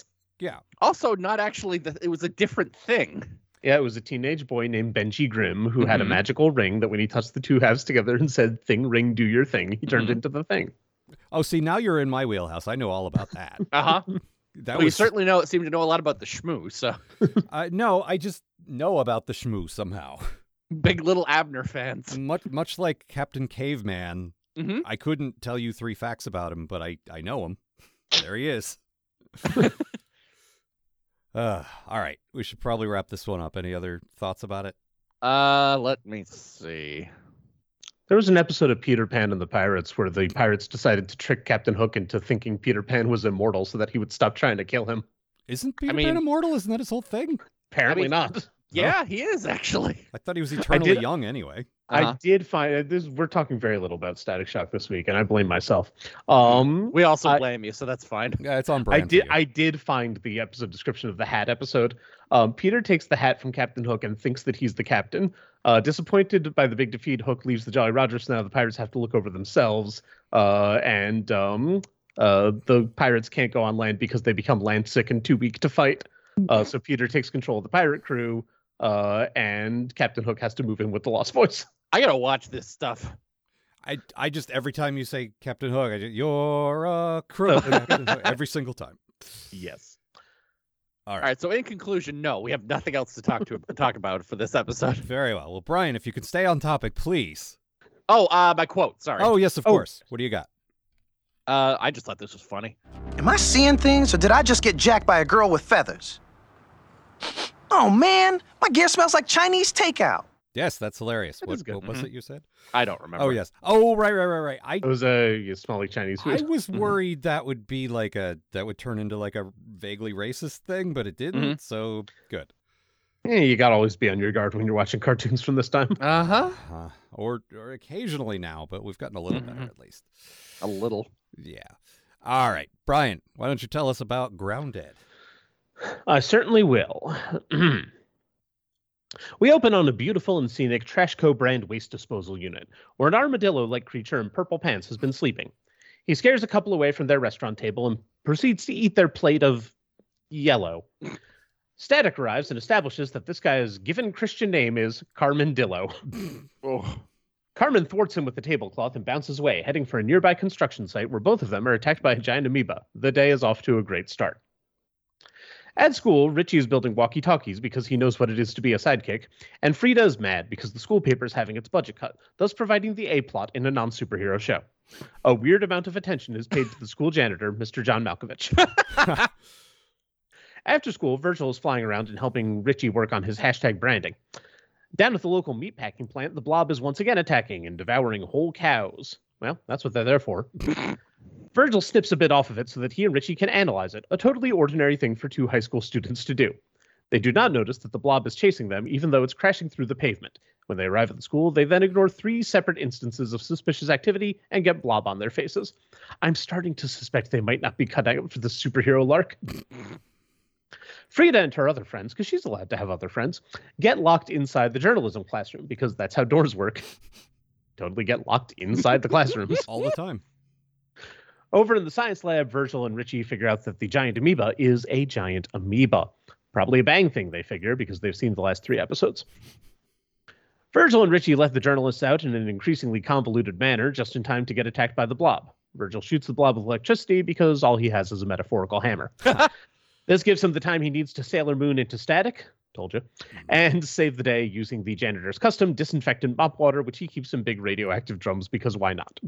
also not actually the, it was a different thing Yeah, it was a teenage boy named Benji Grimm who had a Mhm. magical ring that when he touched the two halves together and said "thing ring do your thing," he turned Mhm. into the thing. Oh, see, now you're in my wheelhouse. I know all about *laughs* that. uh-huh That well, you was certainly know it seemed to know a lot about the shmoo so *laughs* uh, no. I just know about the Shmoo somehow. big little abner fans much much like Captain Caveman, Mhm. I couldn't tell you three facts about him, but I I know him. There he *laughs* is. uh, all right, we should probably wrap this one up. Any other thoughts about it? uh let me see There was an episode of Peter Pan and the Pirates where the pirates decided to trick Captain Hook into thinking Peter Pan was immortal so that he would stop trying to kill him. Isn't Peter mean- Pan immortal? Isn't that his whole thing? Apparently mean- not. Yeah, he is actually. I thought he was eternally did- young anyway. Uh-huh. I did find this. We're talking very little about Static Shock this week, and I blame myself. Um, We also I- blame you, so that's fine. Yeah, it's on I brand. for did. you. I did find the episode description of the hat episode. Um, Peter takes the hat from Captain Hook and thinks that he's the captain. Uh, disappointed by the big defeat, Hook leaves the Jolly Roger. So now the pirates have to look over themselves, uh, and um, uh, the pirates can't go on land because they become landsick and too weak to fight. Uh, so Peter takes control of the pirate crew, uh, and Captain Hook has to move in with the Lost Boys. I gotta watch this stuff. I, I just every time you say Captain Hook, I just, you're a crook. Captain Hook," every single time. Yes. All All right. right. So in conclusion, no, we have nothing else to talk to *laughs* talk about for this episode. Very well. Well, Brian, if you can stay on topic, please. Oh, uh, my quote. Sorry. Oh yes, of Oh. course. What do you got? Uh, I just thought this was funny. Am I seeing things, or did I just get jacked by a girl with feathers? Oh man, my gear smells like Chinese takeout. Yes, that's hilarious. That what is good. what was it you said? I don't remember. Oh yes. Oh right, right, right, right. I It was a you smell like Chinese I food. was Mhm. worried that would be like a that would turn into like a vaguely racist thing, but it didn't. So good. Yeah, Eh, you gotta always be on your guard when you're watching cartoons from this time. Uh huh. Uh, or or occasionally now, but we've gotten a little better Mhm. at least. A little. Yeah. All right, Brian. Why don't you tell us about Grounded? I certainly will. *clears throat* we open on a beautiful and scenic Trashco brand waste disposal unit, where an armadillo-like creature in purple pants has been sleeping. He scares a couple away from their restaurant table and proceeds to eat their plate of yellow. Static arrives and establishes that this guy's given Christian name is Carmen Dillo. Oh. Carmen thwarts him with a tablecloth and bounces away, heading for a nearby construction site where both of them are attacked by a giant amoeba. The day is off to a great start. At school, Richie is building walkie talkies because he knows what it is to be a sidekick, and Frida is mad because the school paper is having its budget cut, thus providing the A plot in a non superhero show. A weird amount of attention is paid to the school janitor, Mr. John Malkovich. After school, Virgil is flying around and helping Richie work on his hashtag branding. Down at the local meatpacking plant, the blob is once again attacking and devouring whole cows. Well, that's what they're there for. Virgil snips a bit off of it so that he and Richie can analyze it, a totally ordinary thing for two high school students to do. They do not notice that the blob is chasing them, even though it's crashing through the pavement. When they arrive at the school, they then ignore three separate instances of suspicious activity and get blob on their faces. I'm starting to suspect they might not be cutting out for the superhero lark. Frida and her other friends, because she's allowed to have other friends, get locked inside the journalism classroom because that's how doors work. totally get locked inside the classrooms. All the time. Over in the science lab, Virgil and Richie figure out that the giant amoeba is a giant amoeba. Probably a bang thing, they figure, because they've seen the last three episodes. Virgil and Richie let the journalists out in an increasingly convoluted manner just in time to get attacked by the blob. Virgil shoots the blob with electricity because all he has is a metaphorical hammer. this gives him the time he needs to Sailor Moon into static. Told you. And save the day using the janitor's custom disinfectant mop water, which he keeps in big radioactive drums because why not?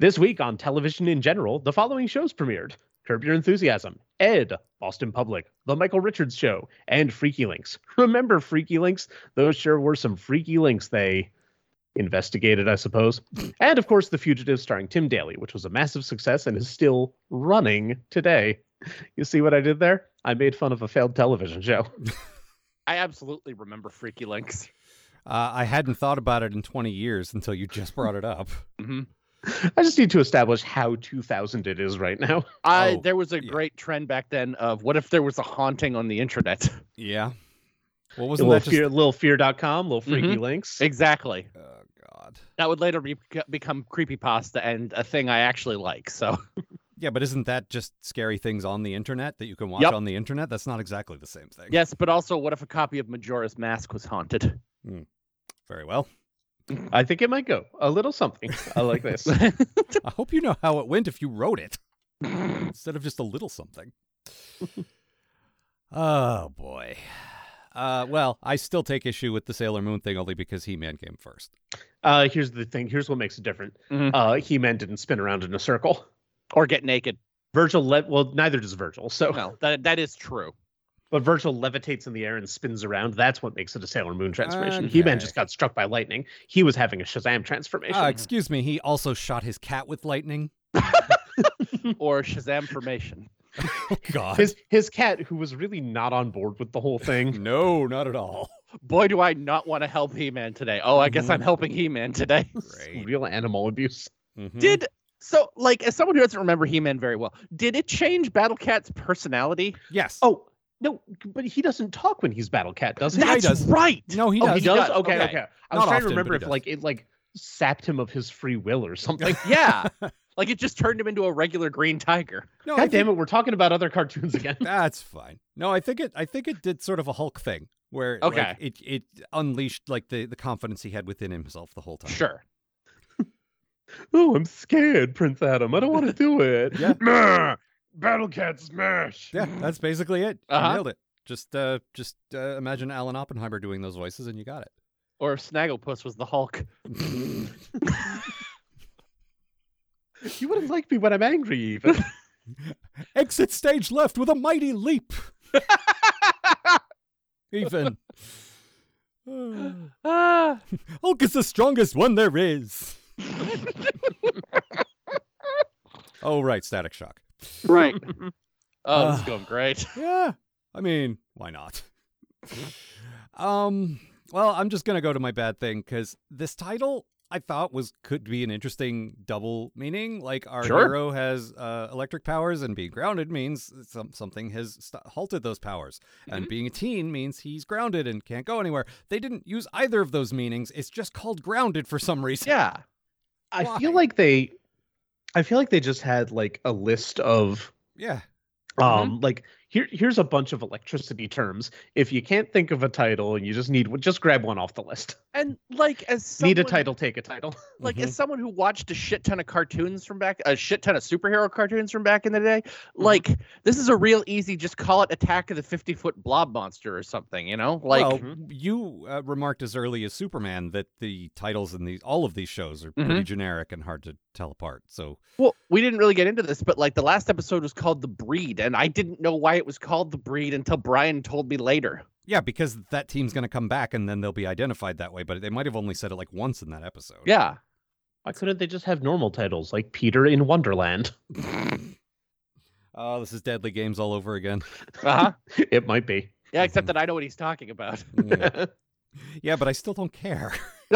This week on television in general, the following shows premiered Curb Your Enthusiasm, Ed, Boston Public, The Michael Richards Show, and Freaky Links. *laughs* Remember Freaky Links? Those sure were some freaky links they investigated, I suppose. And of course, The Fugitive starring Tim Daly, which was a massive success and is still running today. You see what I did there? I made fun of a failed television show. I absolutely remember Freaky Links. Uh, I hadn't thought about it in 20 years until you just brought it up. hmm I just need to establish how 2000 it is right now. I Oh, there was a yeah. great trend back then of what if there was a haunting on the internet? *laughs* Yeah. Well, wasn't Little that just? Mm-hmm. fear, little fear.com, little freaky Mhm. links. exactly. Oh God. That would later be, become creepypasta and a thing I actually *laughs* like. So Yeah, but isn't that just scary things on the internet that you can watch Yep. on the internet? That's not exactly the same thing. yes, but also what if a copy of Majora's Mask was haunted? Very *laughs* well. I think it might go a little something. I *laughs* like this. I hope you know how it went if you wrote *laughs* it instead of just a little something. oh boy. Uh, well, I still take issue with the Sailor Moon thing only because He Man came first. Uh, here's the thing. Here's what makes it different. Mm-hmm. Mhm. Uh, He-Man didn't spin around in a circle. or get naked. Virgil, le- well, neither does Virgil. So, No, that that *laughs* is true. but Virgil levitates in the air and spins around. That's what makes it a Sailor Moon transformation. Ah, Okay. He-Man just got struck by lightning. He was having a Shazam transformation. Uh, *laughs* excuse me, he also shot his cat with lightning. Or Shazam formation. Oh, God. His his cat, who was really not on board with *laughs* the whole thing. no, not at all. Boy, do I not want to help He Man today. Oh, I guess I'm helping He Man today. *laughs* Great. Real animal abuse. Mhm. Did so, like, as someone who doesn't remember He Man very well, did it change Battle Cat's personality? yes? Oh no, but he doesn't talk when he's Battle Cat, does he? he That's does. right. no, he oh, does. he does. Okay, okay. I was Not trying often, to remember but if he like it like sapped him of his free will or something. *laughs* *laughs* Yeah. like, it just turned him into a regular green tiger. No, *laughs* I God think- damn it, we're talking about other cartoons again. *laughs* That's fine. No, I think it. I think it did sort of a Hulk thing where like, Okay. it it unleashed like the the confidence he had within himself the whole time. Sure. oh, I'm scared, Prince Adam. I don't want to do it. Yeah. Meh. Battle Cat smash. Yeah, that's basically it. You Uh-huh. Nailed it. Just uh, just uh, imagine Alan Oppenheimer doing those voices, and you got it. Or if Snagglepuss was the *laughs* Hulk. You wouldn't like me when I'm angry, even. Exit stage left with a mighty leap. *laughs* *sighs* Even. *sighs* Uh, Ah. Hulk is the strongest one there *laughs* is. oh right, Static Shock. Right. *laughs* Oh, Ah. this is going great. Yeah. I mean, why not? *laughs* um, well, I'm just going to go to my bad thing cuz this title I thought was could be an interesting double meaning. Like our Sure. hero has uh, electric powers, and being grounded means some, something has st- halted those powers, and being a teen means he's grounded and can't go anywhere. They didn't use either of those meanings. It's just called grounded for some reason. Yeah. I feel Why? like they I feel like they just had like a list of Yeah. um Mm-hmm. like here here's a bunch of electricity terms. If you can't think of a title and you just need one, just grab one off the list. *laughs* And like as someone, Need a title, take a *laughs* title. like Mhm. as someone who watched a shit ton of cartoons from back a shit ton of superhero cartoons from back in the day, Mm-hmm. like this is a real easy just call it Attack of the 50 Foot Blob Monster or something, you know? Like well, you uh, remarked as early as Superman that the titles in these all of these shows are Mm-hmm. pretty generic and hard to tell apart. So Well, we didn't really get into this, but like the last episode was called The Breed, and I didn't know why it was called The Breed until Brian told me later. yeah, because that team's going to come back and then they'll be identified that way. But they might have only said it like once in that episode. Yeah. Why couldn't they just have normal titles like Peter in Wonderland? *laughs* Oh, this is Deadly Games all over *laughs* again. Uh huh. it *laughs* might be. Yeah, except that I know what he's talking about. *laughs* Mm. yeah, but I still don't care. *laughs*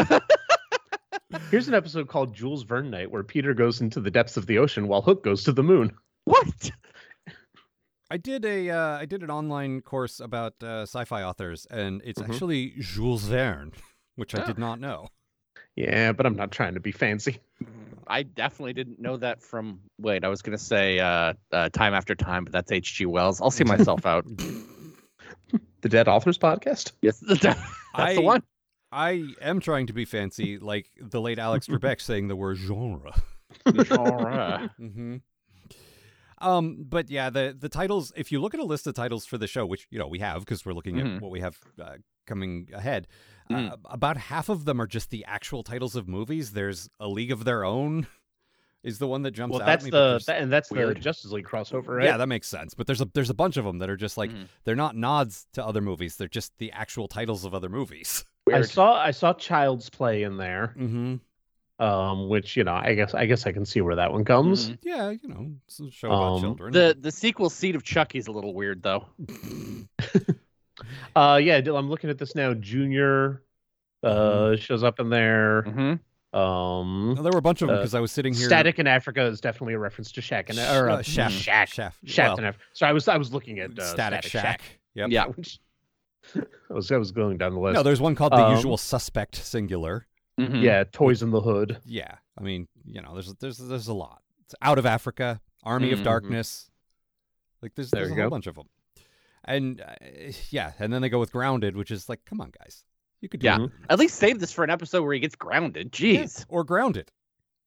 Here's an episode called Jules Verne Night where Peter goes into the depths of the ocean while Hook goes to the moon. What? I did a uh, I did an online course about uh, sci-fi authors, and it's Mhm. actually Jules Verne, *laughs* which I Mm-hmm. Oh. did not know. Yeah, but I'm not trying to be fancy. *laughs* I definitely didn't know that from. Wait, I was gonna say uh, uh, time after time, but that's H.G. Wells. I'll see myself *laughs* out. The Dead Authors Podcast? Yes, *laughs* that's I, the one. I am trying to be fancy, like the late *laughs* Alex Trebek saying the word genre. Genre. Mm-hmm. Um, but yeah, the the titles. If you look at a list of titles for the show, which you know we have because we're looking Mm-hmm. Mhm. at what we have uh, coming ahead, uh, Mm. about half of them are just the actual titles of movies. There's A League of Their Own, *laughs* is the one that jumps Well, out. that's at me, but the there's- that, and that's Weird. the Justice League crossover, right? Mm-hmm. yeah, that makes sense. But there's a there's a bunch of them that are just like Mhm. they're not nods to other movies. They're just the actual titles of other movies. *laughs* I Weird. saw I saw Child's Play in there, Mm-hmm. um, which you know I guess I guess I can see where that one comes. Mhm. Yeah, you know, it's a show about Um, children. The the sequel seed of Chucky's a little weird though. Mm-hmm. Uh, yeah, Dylan, I'm looking at this now. Junior uh, Mm-hmm. shows up in there. Mm-hmm. Um, there were a bunch of them uh, because I was sitting here. Static in Africa is definitely a reference to Shaq and Sh- or uh, uh, Shaft. Shaq. Shaft. Shaft Well, in Africa. So I was I was looking at uh, Static, Shack. Yep. Yeah. which- *laughs* I was I was going down the list. No, there's one called The Um, Usual Suspect Singular. Mhm. yeah, Hmm. Toys in the Hood. Yeah. I mean, you know, there's there's there's a lot. It's Out of Africa, Army Mhm. of Darkness. Like there's, Mm-hmm. There there's a you whole go. bunch of them. And uh, yeah, and then they go with Grounded, which is like, come on guys. You could do Yeah. it. At least save this for an episode where he gets grounded. Jeez. Or Grounded.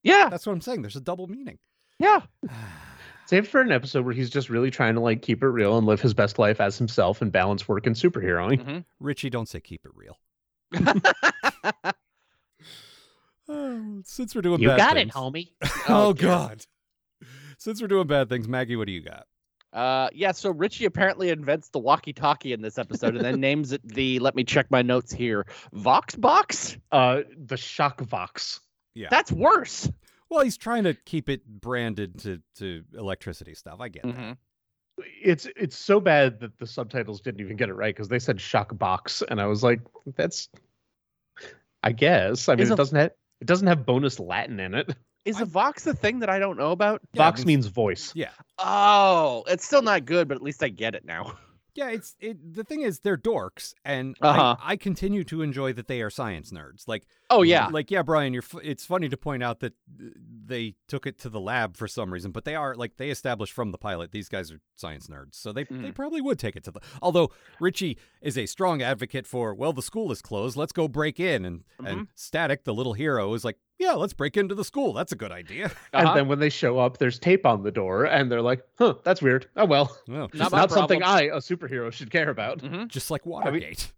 Yeah. That's what I'm saying. There's a double meaning. *sighs* Yeah. Saved for an episode where he's just really trying to like keep it real and live his best life as himself and balance work and superheroing. Mhm. Richie, don't say keep it *laughs* real. *sighs* Oh, since we're doing bad things- homie. Oh, dear. god. Since we're doing bad things, Maggie, what do you got? Uh, yeah, so Richie apparently invents the walkie-talkie in this episode and then names it the let me check my notes here, Vox Box? Uh, the shock vox. Yeah. That's worse. Mm-hmm. Well, he's trying to keep it branded to, to electricity stuff. I get that. it's it's so bad that the subtitles didn't even get it right because they said shock box and I was like, that's I guess. I mean Is it a- doesn't have it doesn't have bonus Latin in it. Is a Vox the thing that I don't know about? Yeah, Vox it's- means voice. Yeah. Oh, it's still not good, but at least I get it now. Yeah, it's it, the thing is they're dorks, and Uh-huh. I, I continue to enjoy that they are science nerds. Like, Oh yeah. like yeah, Brian, you're. F- it's funny to point out that uh, they took it to the lab for some reason, but they are like they established from the pilot these guys are science nerds, so they they Mm. probably would take it to the. Although Richie is a strong advocate for, well, the school is closed, let's go break in, and Mm-hmm. and Static, the little hero, is like, yeah, let's break into the school. That's a good idea. *laughs* Uh-huh. And then when they show up, there's tape on the door, and they're like, huh, that's weird. Oh well. Well, Not It's my not something I, problem. a superhero, should care about. Mhm. just like Watergate.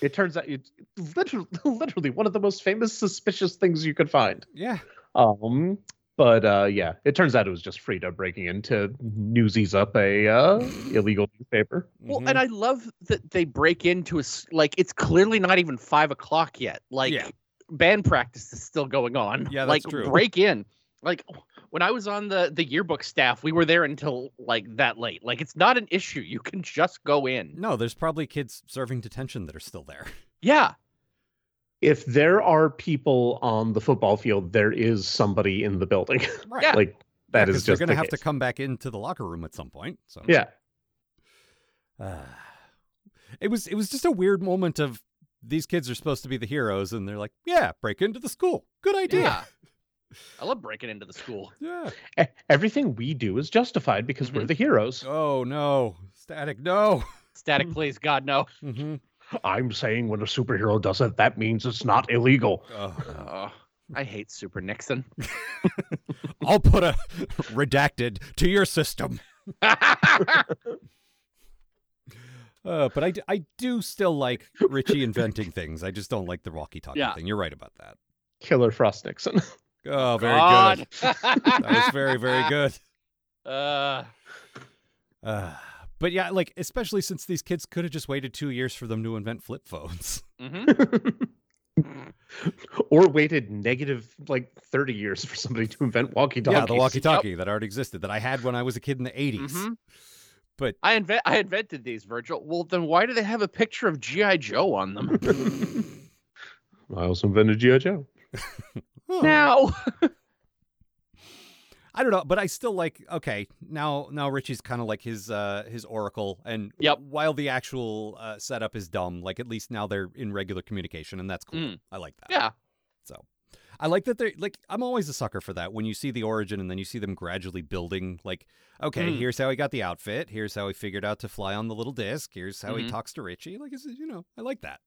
It turns out it's literally, *laughs* literally one of the most famous suspicious things you could find. yeah. Um, but uh, yeah, it turns out it was just Frida breaking into Newsies up a uh, illegal newspaper. Well, Mhm. and I love that they break into a s- like it's clearly not even five o'clock yet. Like Yeah. band practice is still going on. Yeah, like that's true. break in. Like when I was on the the yearbook staff, we were there until like that late. Like it's not an issue. You can just go in. no, there's probably kids serving detention that are still *laughs* there. Yeah. If there are people on the football field, there is somebody in the building. *laughs* Right. Yeah. like that Yeah, is 'cause they're just going the to have to case. come back into the locker room at some point. So Yeah, Ah. *sighs* it was it was just a weird moment of these kids are supposed to be the heroes, and they're like, yeah, break into the school. Good idea. Yeah. I love breaking into the school. Yeah. E- everything we do is justified because we're Mm-hmm. Mhm. the heroes. Oh no, static. No. *laughs* Static, Mm. please, God no. Mhm. I'm saying when a superhero does it, that means it's not illegal. Oh. Oh, I hate Super Nixon. I'll put a redacted to your system. Uh, but I, d- I do still like Richie inventing things. I just don't like the walkie-talkie Yeah. thing. You're right about that. Killer Frost Nixon. *laughs* Oh, very good. That was very very good. *laughs* Uh, Uh, but yeah, like especially since these kids could have just waited two years for them to invent flip phones. mhm. or waited negative like 30 years for somebody to invent walkie talkies. Yeah, the walkie-talkie that already existed that I had when I was a kid in the 80s Mhm. But I invent I invented these, Virgil. Well, then why do they have a picture of GI Joe on *laughs* them I also invented G.I. Joe. huh, now? I don't know. But I still like. Okay, now now Richie's kind of like his uh his oracle, and Yep. While the actual uh, setup is dumb, like at least now they're in regular communication, and that's cool. Mm. I like that. *laughs* Yeah. So. I like that they're like I'm always a sucker for that when you see the origin and then you see them gradually building like okay Mm. here's how he got the outfit here's how he figured out to fly on the little disc here's how he Mhm. talks to Richie like it's you know I like that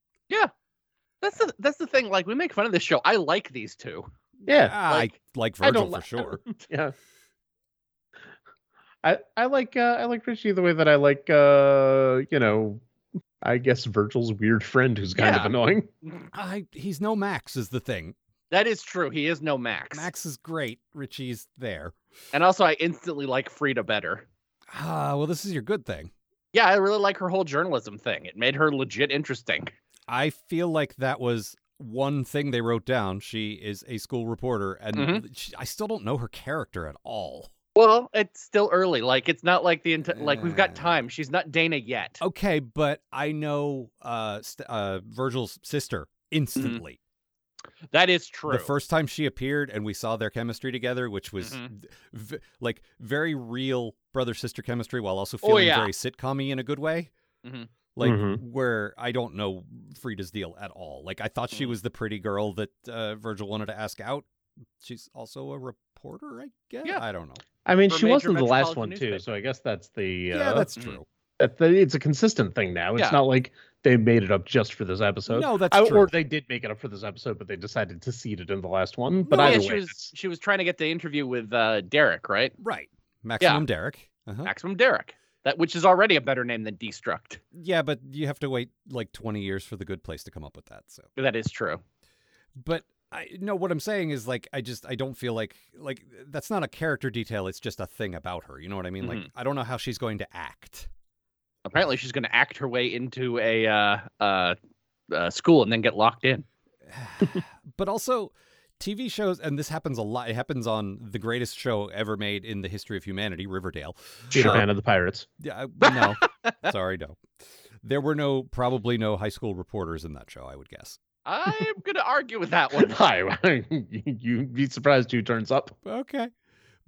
That's the that's the thing. Like we make fun of this show. I like these two. Yeah. I like, like I don't Virgil for like- *laughs* sure Yeah. I, I like uh, I like Richie the way that I like uh, you know I guess Virgil's weird friend who's kind of Yeah. annoying. I he's no Max is the thing That is true. He is no Max. Max is great. Richie's there. And also, I instantly like Frida better. Ah, well, this is your good thing. Yeah, I really like her whole journalism thing. It made her legit interesting. I feel like that was one thing they wrote down. She is a school reporter, and she, I still don't know her character at all. Well, it's still early. Like it's not like the enti- like we've Uh. got time. She's not Dana yet. Okay, but I know uh, st- uh Virgil's sister instantly. That is true. The first time she appeared, and we saw their chemistry together, which was Mhm. v- v- like very real brother sister chemistry, while also Oh, feeling yeah. very sitcom-y in a good way. Mhm. Like Mhm. where I don't know Frida's deal at all. Like I thought she Mhm. was the pretty girl that uh, Virgil wanted to ask out. She's also a reporter, I guess. Yeah. I don't know. I mean, For a she wasn't major the last metropolitan one too, newspaper. so I guess that's the uh, Yeah, that's Mhm. true. that, that it's a consistent thing now. It's Yeah. not like they made it up just for this episode. no, that's I- true. or they did make it up for this episode, but they decided to seed it in the last one. But No, either yeah, way, she was it's- she was trying to get the interview with uh, Derek, right? Right. Maximum Derek. Uh-huh. Maximum Derek. That which is already a better name than Destruct. Yeah, but you have to wait like 20 years for the good place to come up with that. So. That is true. but I no what I'm saying is like I just I don't feel like like that's not a character detail it's just a thing about her you know what I mean like I don't know how she's going to act Apparently, she's going to act her way into a *laughs* uh, uh, uh, school and then get locked in. but also TV shows, and this happens a lot. It happens on the greatest show ever made in the history of humanity, Riverdale. Peter Uh, Pan of the Pirates. Yeah, I- no, sorry, no. There were no, probably no high school reporters in that show. I would guess. I'm gonna argue with *laughs* that one. Hi, you'd be surprised who turns up. Okay,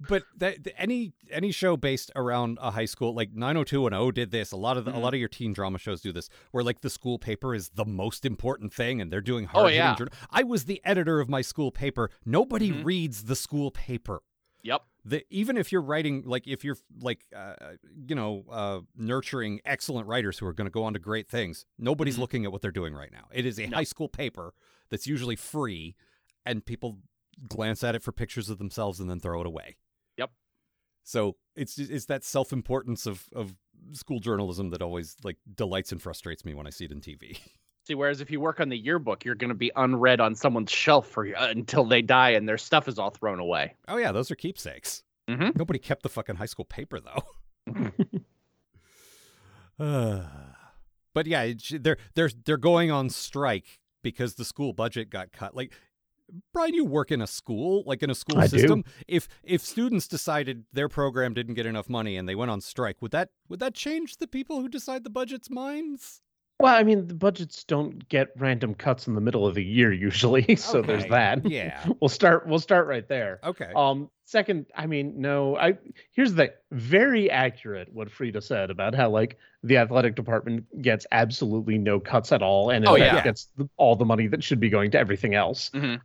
but that th- any any show based around a high school like 90210 did this. A lot of the, a Mhm. lot of your teen drama shows do this, where like the school paper is the most important thing, and they're doing Oh, hard. yeah. I was the editor of my school paper. Nobody Mhm. reads the school paper. Yep. the even if you're writing like if you're like uh, you know uh, nurturing excellent writers who are going to go on to great things nobody's Mhm. looking at what they're doing right now it is a No. high school paper that's usually free and people glance at it for pictures of themselves and then throw it away Yep. so it's ju- it's that self-importance of of school journalism that always like delights and frustrates me when i see it in tv See, whereas if you work on the yearbook, you're gonna be unread on someone's shelf for uh, until they die and their stuff is all thrown away. Oh yeah, those are keepsakes. Mm-hmm. Mhm. Nobody kept the fucking high school paper though. *laughs* Uh, *laughs* *sighs* but yeah, it- sh- they're they're they're going on strike because the school budget got cut. Like Brian, you work in a school, like in a school I do. system. If if students decided their program didn't get enough money and they went on strike, would that would that change the people who decide the budget's minds? Well, I mean, the budgets don't get random cuts in the middle of the year usually, *laughs* so there's Okay. *laughs* that. *laughs* Yeah. We'll start. We'll start right there. Okay. Um, second, I mean, no, I here's the very accurate what Frida said about how like the athletic department gets absolutely no cuts at all, and in Oh, fact yeah. gets the, all the money that should be going to everything else. Mm-hmm. Mhm.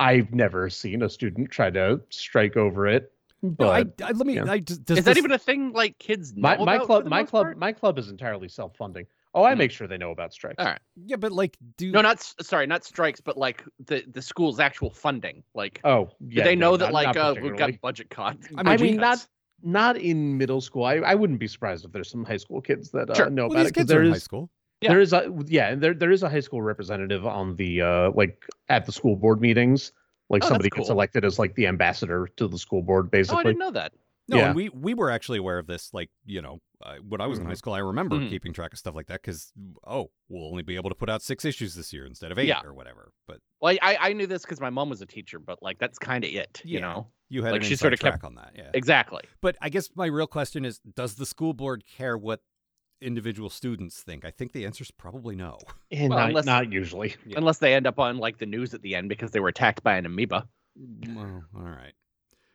I've never seen a student try to strike over it, but No, I, I, let me. yeah. I, does, does is that this- even a thing like kids know my, my about for club the my most club part? my club is entirely self-funding oh i Mm. make sure they know about strikes All right. Yeah, but like, do No, not s- sorry, not strikes, but like the the school's actual funding. Like, oh yeah do they know no, that not- like not uh, we've particularly. got budget cut? i mean, we- mean not not in middle school i, I wouldn't be surprised if there's some high school kids that uh, Sure. know well, about these it 'cause kids there are in high is- school. Yeah. there is a yeah and there, there is a high school representative on the uh like at the school board meetings Oh, like that's somebody gets cool. elected as like the ambassador to the school board Oh, I basically didn't know that. No, Yeah. and we we were actually aware of this. Like you know, uh, when I was in high school, I remember Mhm. keeping track of stuff like that because oh, we'll only be able to put out six issues this year instead of eight Yeah. or whatever. But Well, I, I knew this because my mom was a teacher, but like that's kind of it, you Yeah. know? you had Like, an she sorta inside track kept- on that, yeah. Exactly. But I guess my real question is, does the school board care what individual students think? I think the answer is probably no. and Well, not, unless- not usually Yeah. Unless they end up on like the news at the end because they were attacked by an amoeba. well, all right.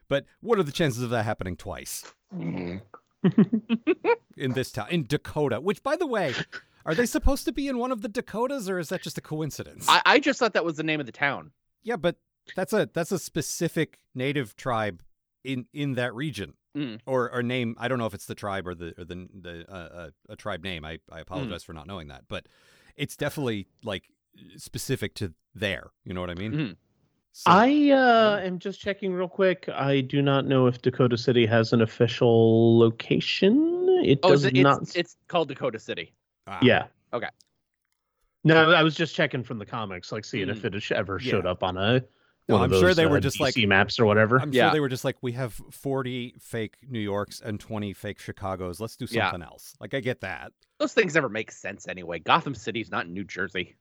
But what are the chances of that happening twice Mm-hmm. in this town in Dakota? Which, by the way, are they supposed to be in one of the Dakotas, or is that just a coincidence? I, I just thought that was the name of the town. Yeah, but that's a that's a specific native tribe in in that region Mm. or or name. I don't know if it's the tribe or the or the the uh, uh, a tribe name. I Mm. I apologize for not knowing that, but it's definitely like specific to there. You know what I mean? Mhm. So- I uh, am just checking real quick. I do not know if Dakota City has an official location. It Oh, does is it, not. it's, it's called Dakota City. ah, yeah. okay. No, I was just checking from the comics, like seeing Mm. if it has ever Yeah. showed up on a. No, one of I'm sure those, they were uh, just DC like- maps or whatever. I'm Yeah. sure they were just like we have 40 fake New Yorks and 20 fake Chicago's. Let's do Yeah. something else. Like I get that. Those things never make sense anyway. Gotham City's not in New Jersey.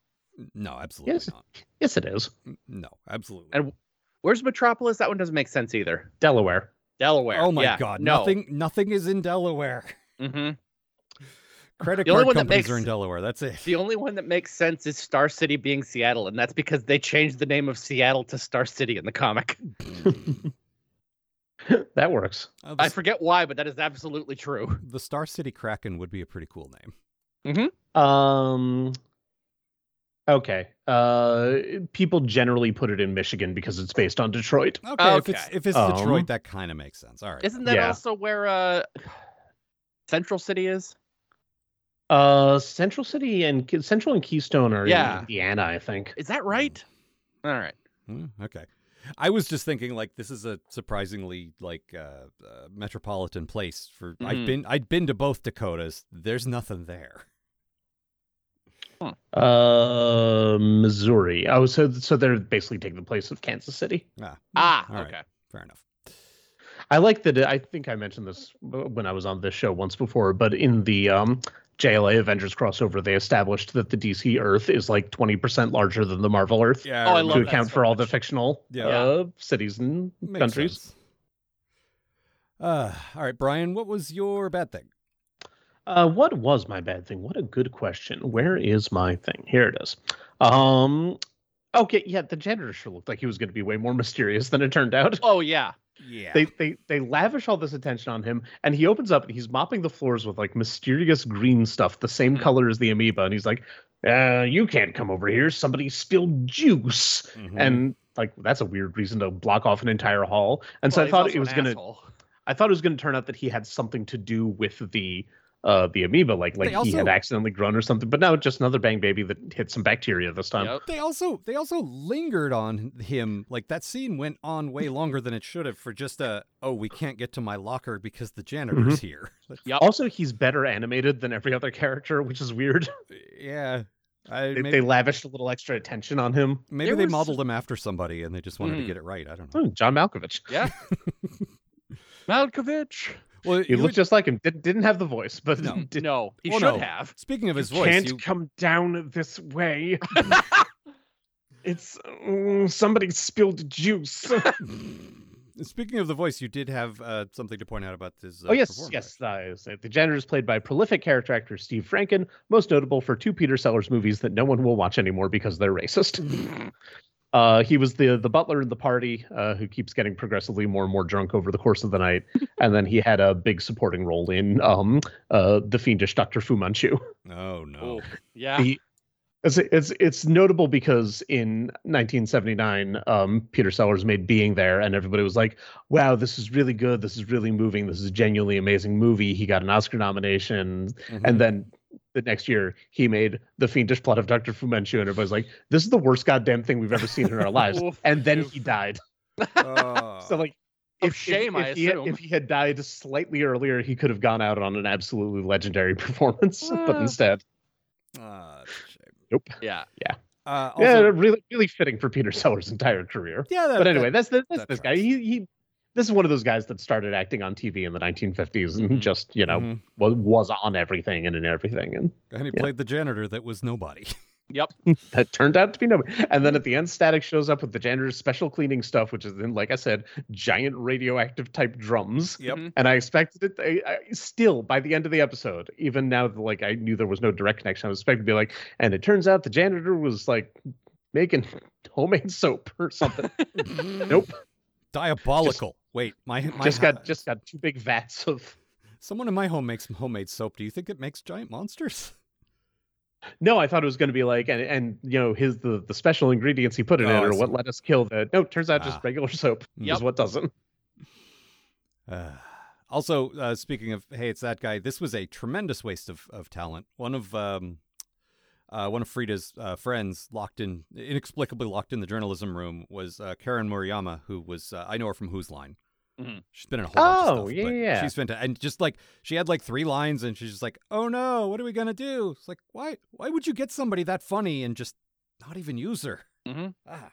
No, absolutely Yes. not. yes, it is No, absolutely. And Where's Metropolis? That one doesn't make sense either. Delaware. Delaware. oh my Yeah, god, no. nothing nothing is in Delaware. hmm Credit The only card one that companies makes- are in Delaware. That's it. The only one that makes sense is Star City being Seattle, and that's because they changed the name of Seattle to Star City in the comic. That works. Oh, the, I forget why, but that is absolutely true. the Star City Kraken would be a pretty cool name. Um. Okay. Uh, people generally put it in Michigan because it's based on Detroit. Okay, if it's Okay. if it's Um, Detroit, that kind of makes sense. All right. Isn't that Yeah. also where uh, Central City is? Uh, Central City and Central and Keystone are Yeah. in Indiana, I think. Is that right? All right. Hmm, okay. I was just thinking like this is a surprisingly like uh, uh metropolitan place for I've Mhm. been I'd been to both Dakotas. There's nothing there. Uh, Missouri. Oh, so so they're basically taking the place of Kansas City. Ah. Ah, All right. okay. Fair enough. I like that. I think I mentioned this when I was on this show once before, but in the um, JLA Avengers crossover, they established that the DC Earth is like 20% larger than the Marvel Earth Yeah, Oh, I to love that account so for all the much. fictional Yeah. uh, cities and Makes countries. sense. Uh, all right, Brian, what was your bad thing? Uh, what was my bad thing? What a good question. Where is my thing? Here it is. Um, okay, yeah, the janitor sure looked like he was going to be way more *laughs* mysterious than it turned out. Oh yeah. Yeah. They, they they lavish all this attention on him, and he opens up and he's mopping the floors with like mysterious green stuff, the Mm-hmm. same color as the amoeba, and he's like, uh, "You can't come over here. Somebody spilled juice," Mm-hmm. and like that's a weird reason to block off an entire hall. And so I thought it was going to I thought it was going to turn out that he had something to do with the uh the amoeba, like like They he also- had accidentally grown or something. But no, just another bang baby that hit some bacteria this time. Yep. they also they also lingered on him. Like that scene went on *laughs* way longer than it should have for just a oh we can't get to my locker because the janitor's Mm-hmm. here. *laughs* Like, Yep. Also, he's better animated than every other character, which is weird. yeah. I, They, maybe they lavished a little extra attention on him. maybe there they was- modeled him after somebody and they just wanted to Mm. get it right. I don't know. Oh, John Malkovich. Yeah. Malkovich. Well, He you looked just like him. Did, didn't have the voice, but *laughs* No. did, no, *laughs* he Well, should no. have. would- speaking of his voice, you, come down *laughs* this way. *laughs* it's mm, somebody spilled *laughs* juice. speaking of the voice, you did have uh, something to point out about his. Uh, Oh yes, performance. yes. Uh, is that the janitor is played by prolific character actor Steve Franken, most notable for two Peter Sellers movies that no one will watch anymore because *laughs* they're racist. *laughs* uh, he was the the butler in the party uh, who keeps getting progressively more and more drunk over the course of *laughs* the night, and then he had a big supporting role in um, uh, the fiendish Doctor Fu Manchu. Oh no. Oh, yeah. The- It's, it's it's notable because in 1979, um, Peter Sellers made Being There, and everybody was like, "Wow, this is really good. This is really moving. This is a genuinely amazing movie." He got an Oscar nomination, Mm-hmm. Mm-hmm. and then the next year he made the fiendish plot of Doctor Fu Manchu, and everybody's like, "This is the worst goddamn thing we've ever seen in *laughs* our lives." Oof. and then he died. Uh, *laughs* So like. Of shame, I he had- assume. if he had died slightly earlier, he could have gone out on an absolutely legendary *laughs* performance. but Ah. instead, ah, that's a shame. yeah. Uh, yeah, also- really, really fitting for Peter Sellers' entire career. yeah. That, but anyway, that's the, that's that this guy. tracks. He he. This is one of those guys that started acting on TV in the 1950s and Mhm. just you know Mhm. was, was on everything and in everything and and he yeah. played the janitor that was nobody. Yep. that turned out to be nobody. And then at the end, Static shows up with the janitor's special cleaning stuff, which is in like I said, giant radioactive type drums. *laughs* Yep. Mhm. And I expected it. I, I, still, by the end of the episode, even now that like I knew there was no direct connection, I was expecting to be like, and it turns out the janitor was like making *laughs* homemade soap or something. nope. Diabolical. Wait, my my just ho- got just got two big vats of someone in my home makes homemade soap. Do you think it makes giant monsters? no i thought it was going to be like and and you know his the the special ingredients he put in Oh, it I or see. what let us kill the no turns out Ah. just regular *laughs* soap Yep. is what doesn't Uh, *sighs* also, uh, speaking of, hey, it's that guy. This was a tremendous waste of, of talent. One of um, uh, one of Frida's uh, friends, locked in, inexplicably locked in the journalism room, was uh, Karen Moriyama, who was uh, I know her from Whose Line. Mhm. She's been in a whole bunch of Oh, stuff, yeah, but yeah, yeah. she's fantastic. And just like she had like three lines, and she's just like, "Oh no, what are we gonna do?" It's like, why why would you get somebody that funny and just not even use her? Mhm. Ah,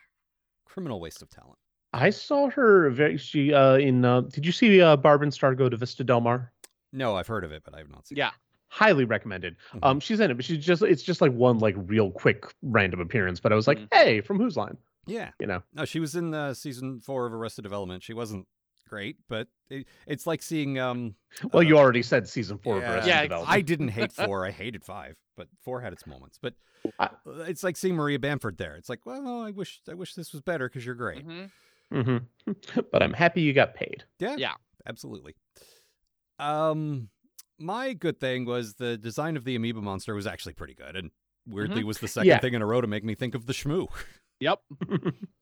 criminal waste of talent. i saw her very she uh in uh did you see uh barb and star go to vista del mar No, I've heard of it, but I have not seen. it. Yeah. highly recommended Mhm. um she's in it but she's just it's just like one like real quick random appearance but i was like Mm-hmm. hey from whose line yeah. you know No, she was in uh, season four of Arrested Development. She wasn't great, but it, it's like seeing. Um, well uh, you already said season four yeah. of Arrested Yeah, *laughs* Development. I didn't hate four. I hated five, but four had its moments. But uh, I- it's like seeing Maria Bamford there. It's like, well, I wish, I wish this was better because you're great. Mhm. Mhm. *laughs* but i'm happy you got paid Yeah, Yeah. absolutely. Um, my good thing was the design of the amoeba monster was actually pretty good, and weirdly was the second Yeah. thing in a row to make me think of the Shmoo, *laughs* Yep.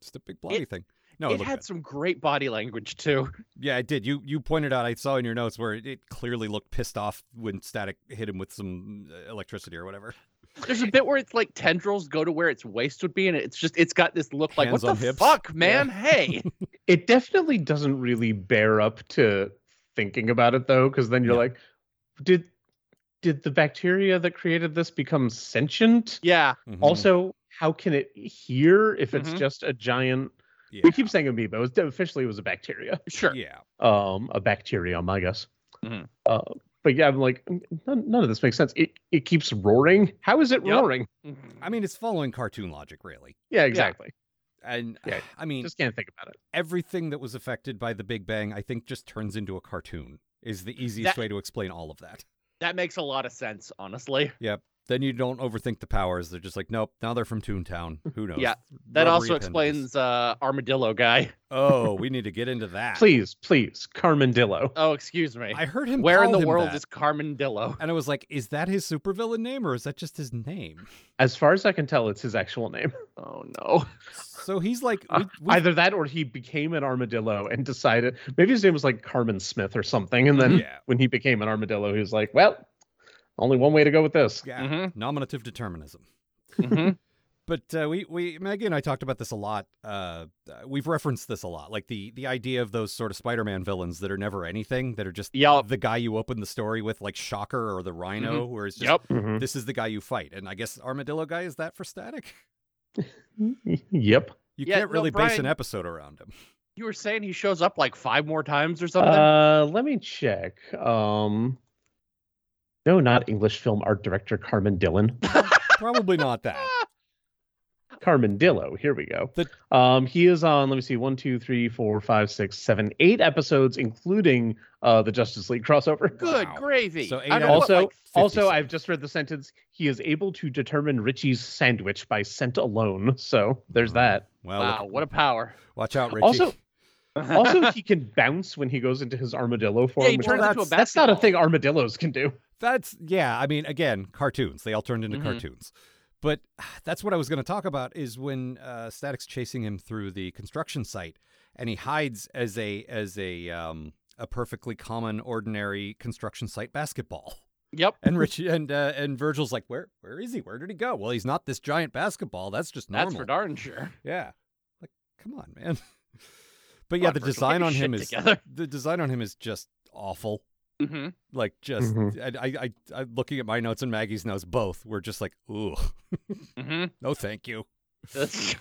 just a big bloody thing. No, it, it looked had good. some great body language too. Yeah, it did. You you pointed out. I saw in your notes where it, it clearly looked pissed off when Static hit him with some uh, electricity or whatever. There's a bit where it's like tendrils go to where its waist would be, and it's just it's got this look like Hands what on the hips. fuck, man? Hey, It definitely doesn't really bear up to thinking about it though, because then you're No. like, did did the bacteria that created this become sentient? Mm-hmm. yeah, Also, how can it hear if it's Mhm. just a giant? Mm-hmm. yeah, We keep saying amoeba. It was officially it was a bacteria. sure. yeah. Mm-hmm. Um, a bacterium, I guess. Mhm. Uh, But yeah, I'm like, none, none of this makes sense. It it keeps roaring. How is it Yep. roaring? Mm-hmm. I mean, it's following cartoon logic, really. Yeah, exactly. And Yeah, *sighs* I mean, Just can't think about it. everything that was affected by the Big Bang, I think, just turns into a cartoon. Is the easiest That- way to explain all of that. That makes a lot of sense, honestly. Then you don't overthink the powers. They're just like, nope. Now they're from Toontown. Who knows? Yeah, That Rubbery also appendix. explains uh, Armadillo guy. Oh, we need to get into that. Please, please, Carmandillo. Oh, excuse me. I heard him. Where in call the him world that, is *laughs* Carmandillo? And I was like, is that his supervillain name or is that just his name? As far as I can tell, it's his actual name. Oh no. So he's like, we, Uh, we- Either that, or he became an armadillo and decided maybe his name was like Carmen Smith or something. And then yeah, when he became an armadillo, he was like, well, only one way to go with this. yeah, Mhm. nominative determinism. *laughs* Mhm. But uh, we, we, Maggie and I talked about this a lot. Uh, uh, we've referenced this a lot, like the the idea of those sort of Spider-Man villains that are never anything, that are just Yup. Mm-hmm. the guy you open the story with, like Shocker or the Rhino, where it's just Yep. Mhm. this is the guy you fight. And I guess Armadillo guy is that for Static. *laughs* *laughs* Yep. You Yeah, can't no, really base an Brian- episode around him. You were saying he shows up like five more times or something. Uh, let me check. Um, no, not English film art director *laughs* Carmen Dillon. Probably not *laughs* that. Carmen Dillo. Here we go. The- Um, he is on. Let me see. One, two, three, four, five, six, seven, eight episodes, including uh the Justice League crossover. Good Wow. gravy. So I eight don't know what, Also, like, also, 50 I've just read the sentence. He is able to determine Richie's sandwich by scent alone. So there's Mm. Oh, that. Well, look- wow, what a power. watch out, Richie. Also- Also, he can *laughs* bounce when he goes into his armadillo form. yeah, he which- turns Well, into a basketball. that's not a thing armadillos can do. That's yeah. I mean, again, cartoons. They all turned into Mhm. cartoons. But ah, that's what I was going to talk about is when uh, Static's chasing him through the construction site, and he hides as a as a um, a perfectly common, ordinary construction site basketball. *laughs* Yep. And Rich and uh, and Virgil's like, where where is he? Where did he go? Well, he's not this giant basketball. That's just normal. That's for darn sure. Yeah. Like, come on, man. *laughs* but Come yeah, on, the Virgil, get design your on him shit is together. *laughs* the design on him is just awful. Mm-hmm. Like just Mhm. I, I I I looking at my notes and Maggie's notes both were just like, ooh, *laughs* Mm-hmm. no thank you. That's-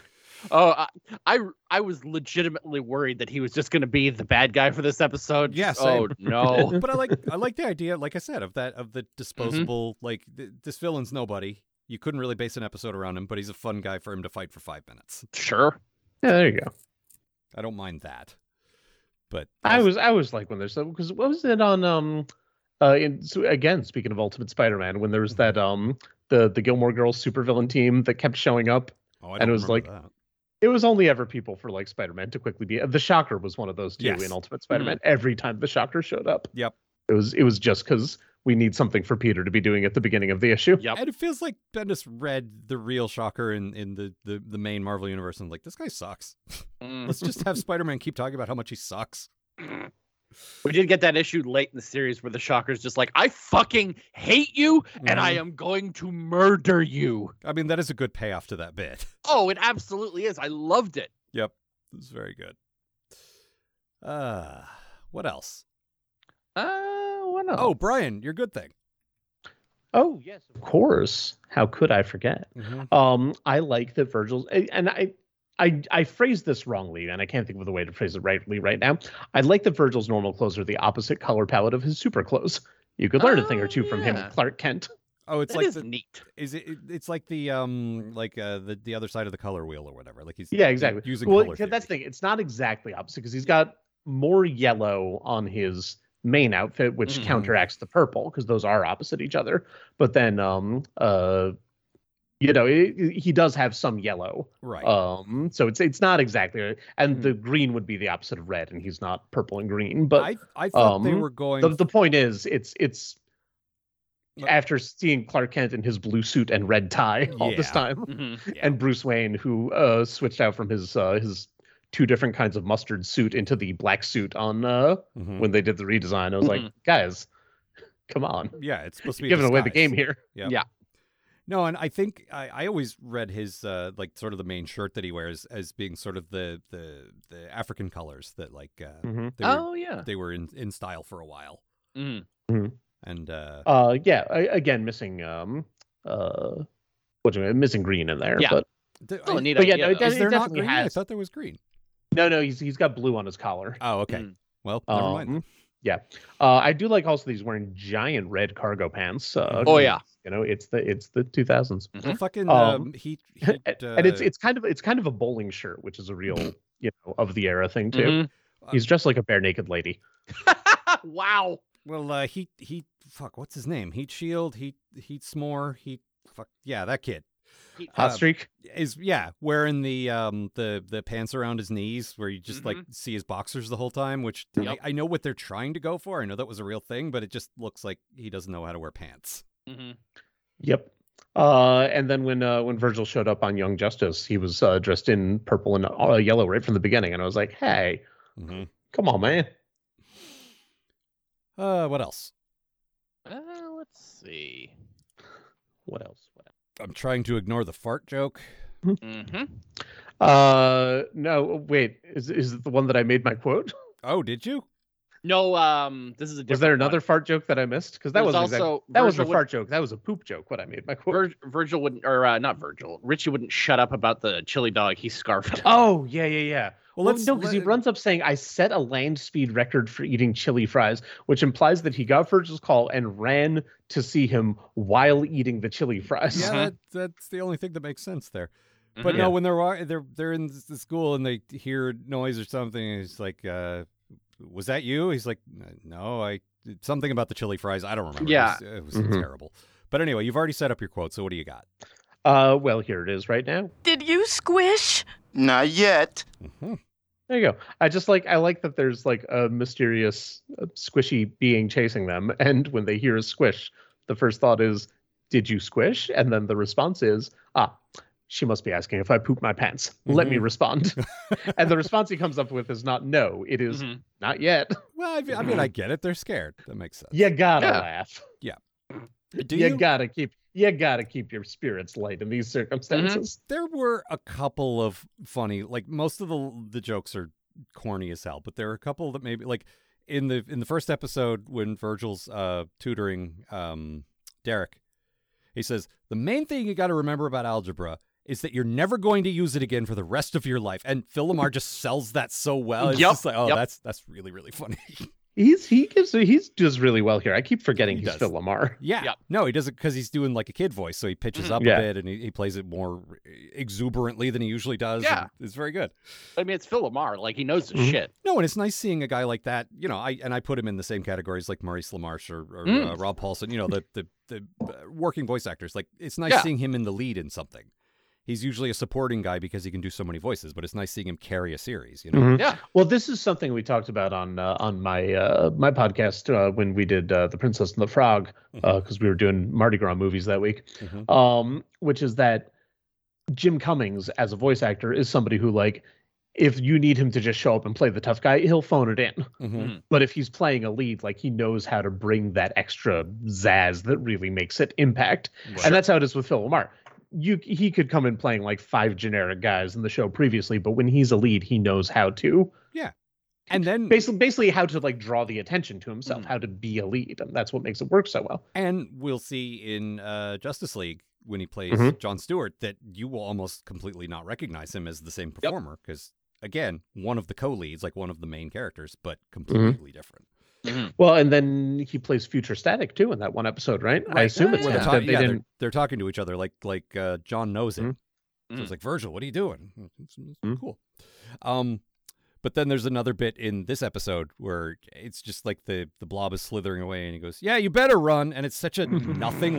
oh, I, I I was legitimately worried that he was just going to be the bad guy for this episode. Yeah, same. Oh *laughs* no. But I like I like the idea, like I said, of that of the Mm-hmm. disposable like th- this villain's nobody. You couldn't really base an episode around him, but he's a fun guy for him to fight for five minutes. sure. Yeah, there you go. I don't mind that. But oh, I was I was like when there's because what was it on um uh in, so again speaking of Ultimate Spider-Man when there was Mm-hmm. that um the the Gilmore Girls supervillain team that kept showing up oh, I and don't it was remember like- that. it was only ever people for like Spider-Man to quickly be uh, the Shocker was one of those too Yes. Mm-hmm. in Ultimate Spider-Man every time the Shocker showed up Yep. it was it was just because we need something for Peter to be doing at the beginning of the issue Yep. And it feels like Bendis read the real Shocker in, in the, the, the main Marvel universe and like, this guy sucks. Mm. Let's just *laughs* have Spider Man keep talking about how much he sucks. We did get that issue late in the series where the Shocker's just like, I fucking hate you and I Mhm. am going to murder you. I mean, that is a good payoff to that bit. Oh, it absolutely is. I loved it. It's very good. Uh what else? Uh, what else? Oh, Brian, your good thing. oh yes of course how could *laughs* I forget Um, I like that Virgil's, a- and I, I, I phrased this wrongly, and I can't think of the way to phrase it rightly right now. I like that Virgil's normal clothes are the opposite color palette of his super clothes. You could learn a thing or Oh, two from yeah. him, Clark Kent. Oh, it's That like is the, *laughs* neat. is it? It's like the um like uh the, the other side of the color wheel or whatever. Like he's Yeah, exactly. using well, color. 'cause that's the theory. thing. It's not exactly opposite because he's got more yellow on his main outfit, which Mm-hmm. Mhm. counteracts the purple because those are opposite each other. But then, um, uh, you know, it, it- he does have some yellow. right. Mm-hmm. Um, so it's it's not exactly, right. and Mhm. the green would be the opposite of red, and he's not purple and green. But I I thought they um, were going. the, the point is, it's it's But- after seeing Clark Kent in his blue suit and red tie all this Yeah. time, Mhm. Yeah. and Bruce Wayne who uh, switched out from his uh, his two different kinds of mustard suit into the black suit on uh, Mhm. when they did the redesign. I was like, Mhm. guys, come on, yeah, it's supposed to be a giving away the disguise. game here. No, and I think I, I always read his uh, like sort of the main shirt that he wears as being sort of the the, the African colors that like uh, Mhm. they were, Oh, yeah. they were in, in style for a while. Mm. And uh, Uh, yeah, I, again, missing um, uh, what you missing green in there, Yeah. but. th- Still a I- neat but yeah, idea, no, it though. does- is there not definitely green? I has. thought there was green. No, no, he's he's got blue on his collar. Oh, okay. Mm. Well, never mind. Um, then. Yeah, uh, I do like also these wearing giant red cargo pants. Uh, Oh, yeah. you know it's the it's the two thousands, Mhm. Fucking um, Um, *laughs* heat, heat and Mm-hmm. it's uh, it's kind of it's kind of a bowling shirt, which is a real you know of the era thing too. Mhm. He's dressed like a bare naked lady. *laughs* wow. Well, uh, he he fuck, what's his name? Heat Shield, Heat Heat S'more, Heat fuck, yeah, that kid Uh, Hot streak. is yeah wearing the um the the pants around his knees where you just like see his boxers the whole time. Which I- Yep. I, know what they're trying to go for. I know that was a real thing, but it just looks like he doesn't know how to wear pants. Mhm. Yep. Uh, and then when uh, when Virgil showed up on Young Justice, he was uh, dressed in purple and uh, yellow right from the beginning, and I was like, "Hey, Mm-hmm. come on, man!" Uh, what else? Uh, let's see. What else? What else? I'm trying to ignore the fart joke. hmm Uh, no, wait, is is it the one that I made my quote? Oh, did you? No, um, this is a different Was there one. another fart joke that I missed? Because that There's was also also that was a Virgil fart joke. That was a poop joke. What I made my quote. Vir- Virgil wouldn't, or uh, not Virgil. Richie wouldn't shut up about the chili dog. He scarfed. Oh yeah, yeah, yeah. Well, Well, let's no, because he let- runs up saying, "I set a land speed record for eating chili fries," which implies that he got Virgil's call and ran to see him while eating the chili fries. Yeah, Mhm. that, that's the only thing that makes sense there. But Mhm. no, when they're wa- they're they're in the school and they hear noise or something, and it's like, uh, "Was that you?" He's like, "N- "No, I something about the chili fries. I don't remember. Yeah. Mm-hmm. it was, it was Mhm. terrible." But anyway, you've already set up your quote, so what do you got? *laughs* Uh, well, here it is right now. Did you squish? Not yet. Mhm. There you go. I just like I like that there's like a mysterious uh, squishy being chasing them, and when they hear a squish, the first thought is, "Did you squish?" And then the response is, "Ah, she must be asking if I poop my pants. Let me Mhm. *laughs* respond." and the response he comes up with is not no. It Mm-hmm. is, Mhm. not yet. *laughs* Well, I, I mean, I get it. They're scared. That makes sense. You gotta Mm-hmm. Yeah. laugh. Do you, you? gotta keep. You gotta keep your spirits light in these circumstances. there were a couple of funny, like most of the the jokes are corny as hell, but there are a couple that maybe like in the in the first episode when Virgil's uh, tutoring um, Derek, he says the main thing you got to remember about algebra is that you're never going to use it again for the rest of your life. And Phil Lamar just sells that so well. It's Yep, just like, oh, yep. that's that's really really funny. *laughs* Mm-hmm. He's he gives he's does really well here. I keep forgetting He he's does. Phil *laughs* Lamar. yeah, Yep. no, he does it because he's doing like a kid voice, so he pitches Mhm. up Yeah. a bit and he, he plays it more eh, exuberantly than he usually does. Yeah. and it's very good. I mean, it's Phil Lamar. Like he knows his Mm-hmm. Mhm. shit. No, and it's nice seeing a guy like that. You know, I and I put him in the same categories like Maurice LaMarche or, or Mm. uh, Rob Paulson. You know, the the the uh, working voice actors. Like it's nice Yeah. seeing him in the lead in something. He's usually a supporting guy because he can do so many voices, but it's nice seeing him carry a series. You know, Mhm. Yeah. Well, this is something we talked about on uh, on my uh, my podcast uh, when we did uh, the Princess and the Frog Mm-hmm. because we were doing Mardi Gras movies that week, Mm-hmm. Mhm. um, which is that Jim Cummings as a voice actor is somebody who like if you need him to just show up and play the tough guy, he'll phone it in. Mm-hmm. Mhm. But if he's playing a lead, like he knows how to bring that extra zazz that really makes it impact. And that's how it is with Phil Lamar. You he could come in playing like five generic guys in the show previously, but when he's a lead, he knows how to and then basically basically how to like draw the attention to himself, Hmm. Mhm. how to be a lead, and that's what makes it work so well. and we'll see in uh, Justice League when he plays Mm-hmm. Mhm. John Stewart that you will almost completely not recognize him as the same performer because again, one of the co-leads, like one of the main characters, but Mm-hmm. completely different. Well, and then he plays Future Static too in that one episode, right? I assume it's When him. they're, that talk- they yeah, they're- didn't. they're talking to each other like like uh, John knows it. Mhm. So Mhm. it's like Virgil, what are you doing? It's- it's Mhm. Cool. Um, but then there's another bit in this episode where it's just like the the blob is slithering away, and he goes, "Yeah, you better run." And it's such a *laughs*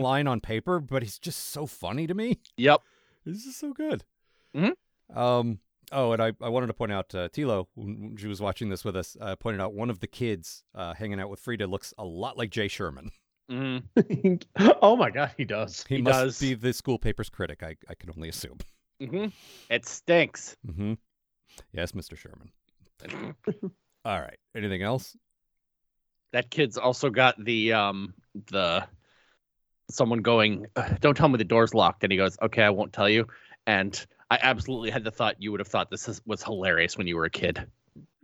nothing line on paper, but it's just so funny to me. *laughs* Yep. This is so good. Mhm. Um. Oh, and I, I wanted to point out uh, Tilo, when when she was watching this with us, uh, pointed out one of the kids uh, hanging out with Frida looks a lot like Jay Sherman. Mhm. *laughs* oh my god, he does. He, He must does. be the school papers critic. I, I can only assume. *laughs* Mhm. It stinks. Mm-hmm. Yes, Mr. *laughs* Sherman. All right. Anything else? That kid's also got the um the someone going. "Ugh, Don't tell me the door's locked. And he goes, "Okay, I won't tell you." And I absolutely had the thought you would have thought this is, was hilarious when you were a kid.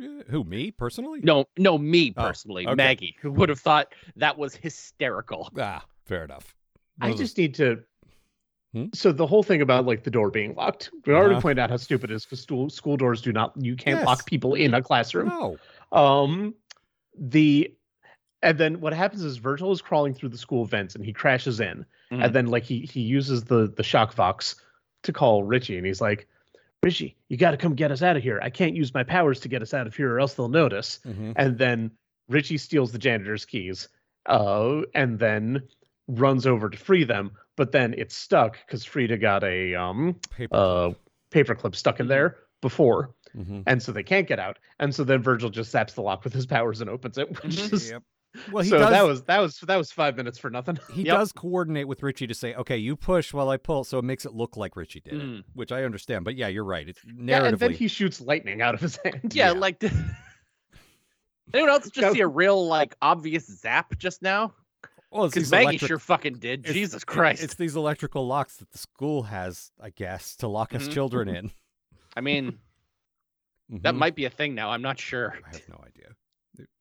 Uh, Who me personally? No, no, me Oh, personally, okay. Maggie, who would have thought that was hysterical. Ah, fair enough. I Those- just need to. Hmm? So the whole thing about like the door being locked, we already Uh-huh. pointed out how stupid it is because school school doors do not. You can't Yes. lock people in a classroom. no. Um, the And then what happens is Virgil is crawling through the school vents and he crashes in. Mhm. Mm-hmm. And then like he he uses the the shock vox to call Richie and he's like, Richie, you got to come get us out of here. I can't use my powers to get us out of here or else they'll notice. Mhm. And then Richie steals the janitor's keys, uh, and then runs over to free them. But then it's stuck because Frida got a um Paper. uh paperclip stuck in there before, Mhm. and so they can't get out. And so then Virgil just zaps the lock with his powers and opens it. Which Mhm. is, Mm-hmm. Yep. Well, he so does. that was that was that was five minutes for nothing. he Yep. does coordinate with Richie to say, "Okay, you push while I pull," so it makes it look like Richie did it, Mm. which I understand. But yeah, you're right. It's narratively. Yeah, and then he shoots lightning out of his hand. Yeah, like. *laughs* Did anyone else just Go. see a real like obvious zap just now? well, it's Because these Maggie electric- sure fucking did. it's- Jesus Christ! It's these electrical locks that the school has, I guess, to lock us Mm-hmm. Mhm. children in. I mean, that Mhm. might be a thing now. I'm not sure. I have no idea.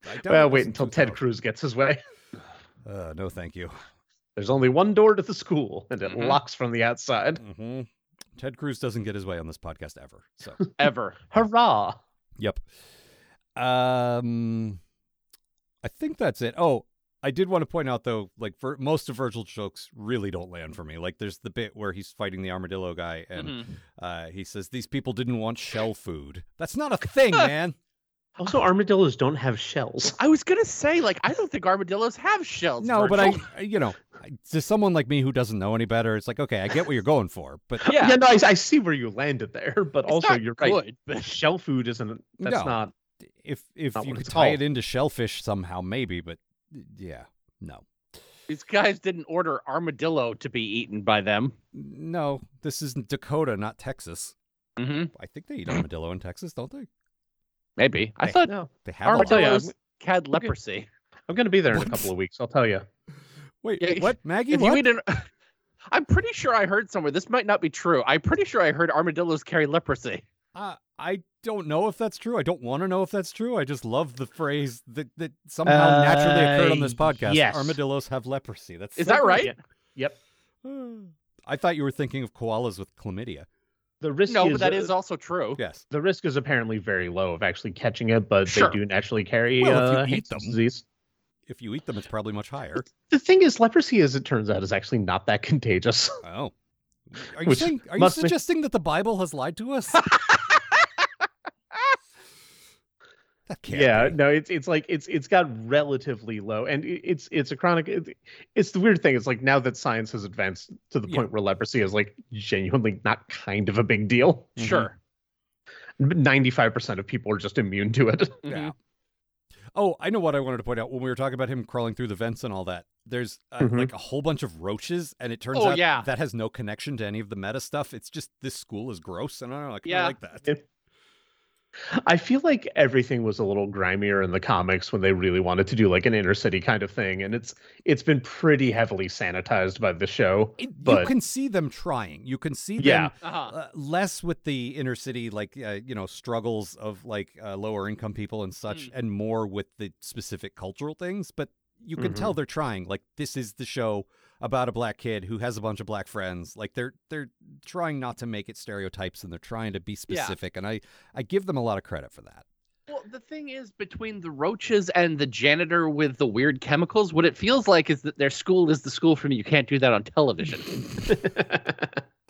I doubt Well, it wait was until 2000. Ted Cruz gets his way. *laughs* Uh, no, thank you. There's only one door to the school, and it Mm-hmm. Mhm. locks from the outside. Mhm. Ted Cruz doesn't get his way on this podcast ever. *laughs* So, Ever. Hurrah! yep. Um, I think that's it. Oh, I did want to point out though, like for most of Virgil's jokes really don't land for me. Like, there's the bit where he's fighting the armadillo guy, and Mhm. uh, he says these people didn't want shell food. That's not a thing, man. Also, armadillos don't have shells. I was gonna say, like, I don't think armadillos have shells. No, but Virgil. I, you know, I- to someone like me who doesn't know any better, it's like, okay, I get what you're going for, but *laughs* Yeah, no, I, I see where you landed there, *laughs* but it's also not you're right. good, but Shell food isn't. That's No. not. if if Not you what could it's tie called. it into shellfish somehow, maybe. But yeah, no, these guys didn't order armadillo to be eaten by them. no, this is Dakota, not Texas. Mm-hmm. I think they eat armadillo in Texas, don't they? Maybe I Hey, thought No, They have. a I'll lot. tell you, armadillos I'm- had leprosy. I'm gonna be there in What? a couple of weeks. I'll tell you. Wait, Yeah, what, Maggie? If you what? eat an, *laughs* I'm pretty sure I heard somewhere. This might not be true. I'm pretty sure I heard armadillos carry *laughs* leprosy. Uh, I don't know if that's true. I don't want to know if that's true. I just love the phrase that that somehow naturally occurred on this Uh, podcast. yes. Armadillos have leprosy. That's Is that right? Yeah. Yep. right? *sighs* I thought you were thinking of koalas with chlamydia. The risk. No, is, but that uh, is also true. Yes. The risk is apparently very low of actually catching it, but Sure. they do naturally carry Well, if you uh, eat Hansen's them. disease. If you eat them, it's probably much higher. The thing is, leprosy, as it turns out, is actually not that *laughs* contagious. Oh. Are you, Which saying, are you must be- suggesting that the Bible has lied to *laughs* us? that can't yeah, be. no, it's it's like it's it's got relatively low, and it, it's it's a chronic. It, it's the weird thing. It's like now that science has advanced to the Yeah. point where leprosy is like genuinely not kind of a big deal. Mhm. Sure. Ninety five percent of people are just immune to it. *laughs* Yeah. Oh, I know what I wanted to point out when we were talking about him crawling through the vents and all that. There's uh, Mhm. like a whole bunch of roaches, and it turns Oh, out yeah. that has no connection to any of the meta stuff. It's just this school is gross, and I don't like, I Yeah. like that. It- I feel like everything was a little grimier in the comics when they really wanted to do like an inner city kind of thing, and it's it's been pretty heavily sanitized by the show. It- you but- can see them trying. You can see Yeah. them Uh-huh. uh, less with the inner city, like uh, you know, struggles of like uh, lower income people and such, Mm. and more with the specific cultural things. But you can Mhm. tell they're trying. Like this is the show about a black kid who has a bunch of black friends. Like they're they're trying not to make it stereotypes, and they're trying to be specific. And I I give them a lot of credit for that. Well, the thing is, between the roaches and the janitor with the weird chemicals, what it feels like is that their school is the school from you can't do that on television.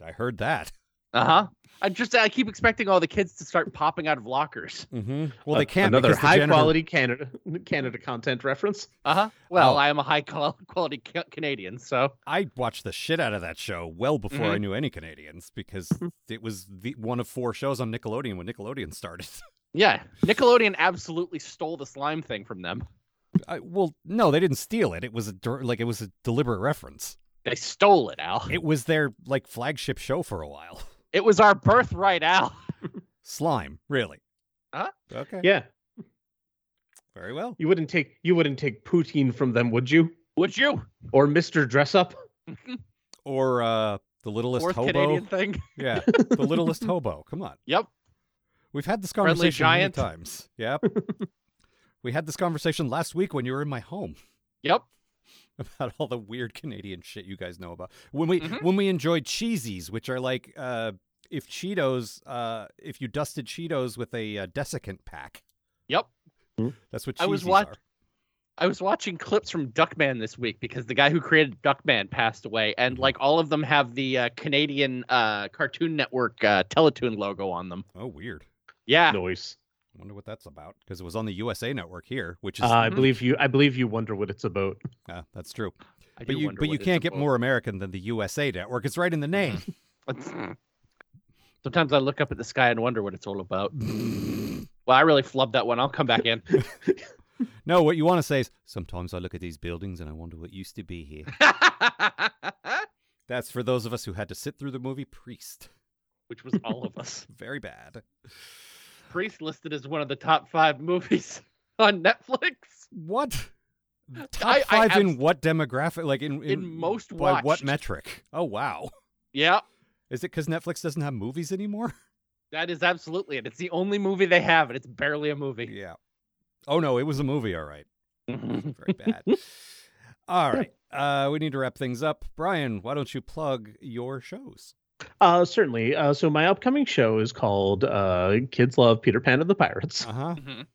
I heard that. Uh Uh-huh. huh. I just I keep expecting all the kids to start popping out of lockers. Mm-hmm. *laughs* *laughs* Well, they can't another because the high janitor- quality Canada Canada content reference. Uh huh. Well, Oh. I am a high qual- quality ca- Canadian, so I watched the shit out of that show well before I Mm-hmm. Mhm. knew any Canadians *laughs* because it was the one of four shows on Nickelodeon when Nickelodeon started. yeah. Nickelodeon absolutely stole the slime thing from them. I, well, no, they didn't steal it. It was a dir- like it was a deliberate reference. They stole it, Al. It, It was their like flagship show for a while. *laughs* was our birthright, Al. *laughs* Slime, really? Huh? Okay. Yeah, Very well. you wouldn't take you wouldn't take poutine from them, would you? Would you? Or Mister Dress Up? Or uh, the littlest Fourth hobo. Canadian thing. Yeah, the *laughs* littlest hobo. Come on. Yep. We've had this Friendly conversation many giant. times. Yep. we had this conversation last week when you were in my home. *laughs* Yep. about all the weird Canadian shit you guys know about. When we Mhm. when we enjoyed cheesies, which are like uh, if Cheetos, uh, if you dusted Cheetos with a uh, desiccant pack. Yep. Mhm. That's what cheesies I was watch- are. I was watching clips from Duckman this week because the guy who created Duckman passed away, and like all of them have the uh, Canadian uh, Cartoon Network uh, Teletoon logo on them. Oh, weird. Yeah, Noise. I wonder what that's about because it was on the USA network here, which is Uh, I Mhm. believe you. I believe you wonder what it's about. uh, that's true. I But do you wonder but you what it's can't get about. more American than the USA network. It's right in the *laughs* name. Sometimes I look up at the sky and wonder what it's all about. well, I really flubbed that one. I'll come back in. *laughs* no, what you want to say is sometimes I look at these buildings and I wonder what used to be here. That's for those of us who had to sit through the movie Priest. Which was all of us. Very bad. Priest listed as one of the top five movies *laughs* on Netflix. What? Top I- I five in abs- what demographic? Like in, in, most by what watched. metric? Oh wow! Yeah, Is it because Netflix doesn't have movies anymore? that is absolutely it. It's the only movie they have, and it's barely a movie. yeah. Oh no, it was a movie. All right. Mhm. Very bad. all right. Uh, we need to wrap things up. Brian, why don't you plug your shows? Uh, certainly. Uh, so my upcoming show is called uh, "Kids Love Peter Pan and the Pirates." Uh huh. Mhm.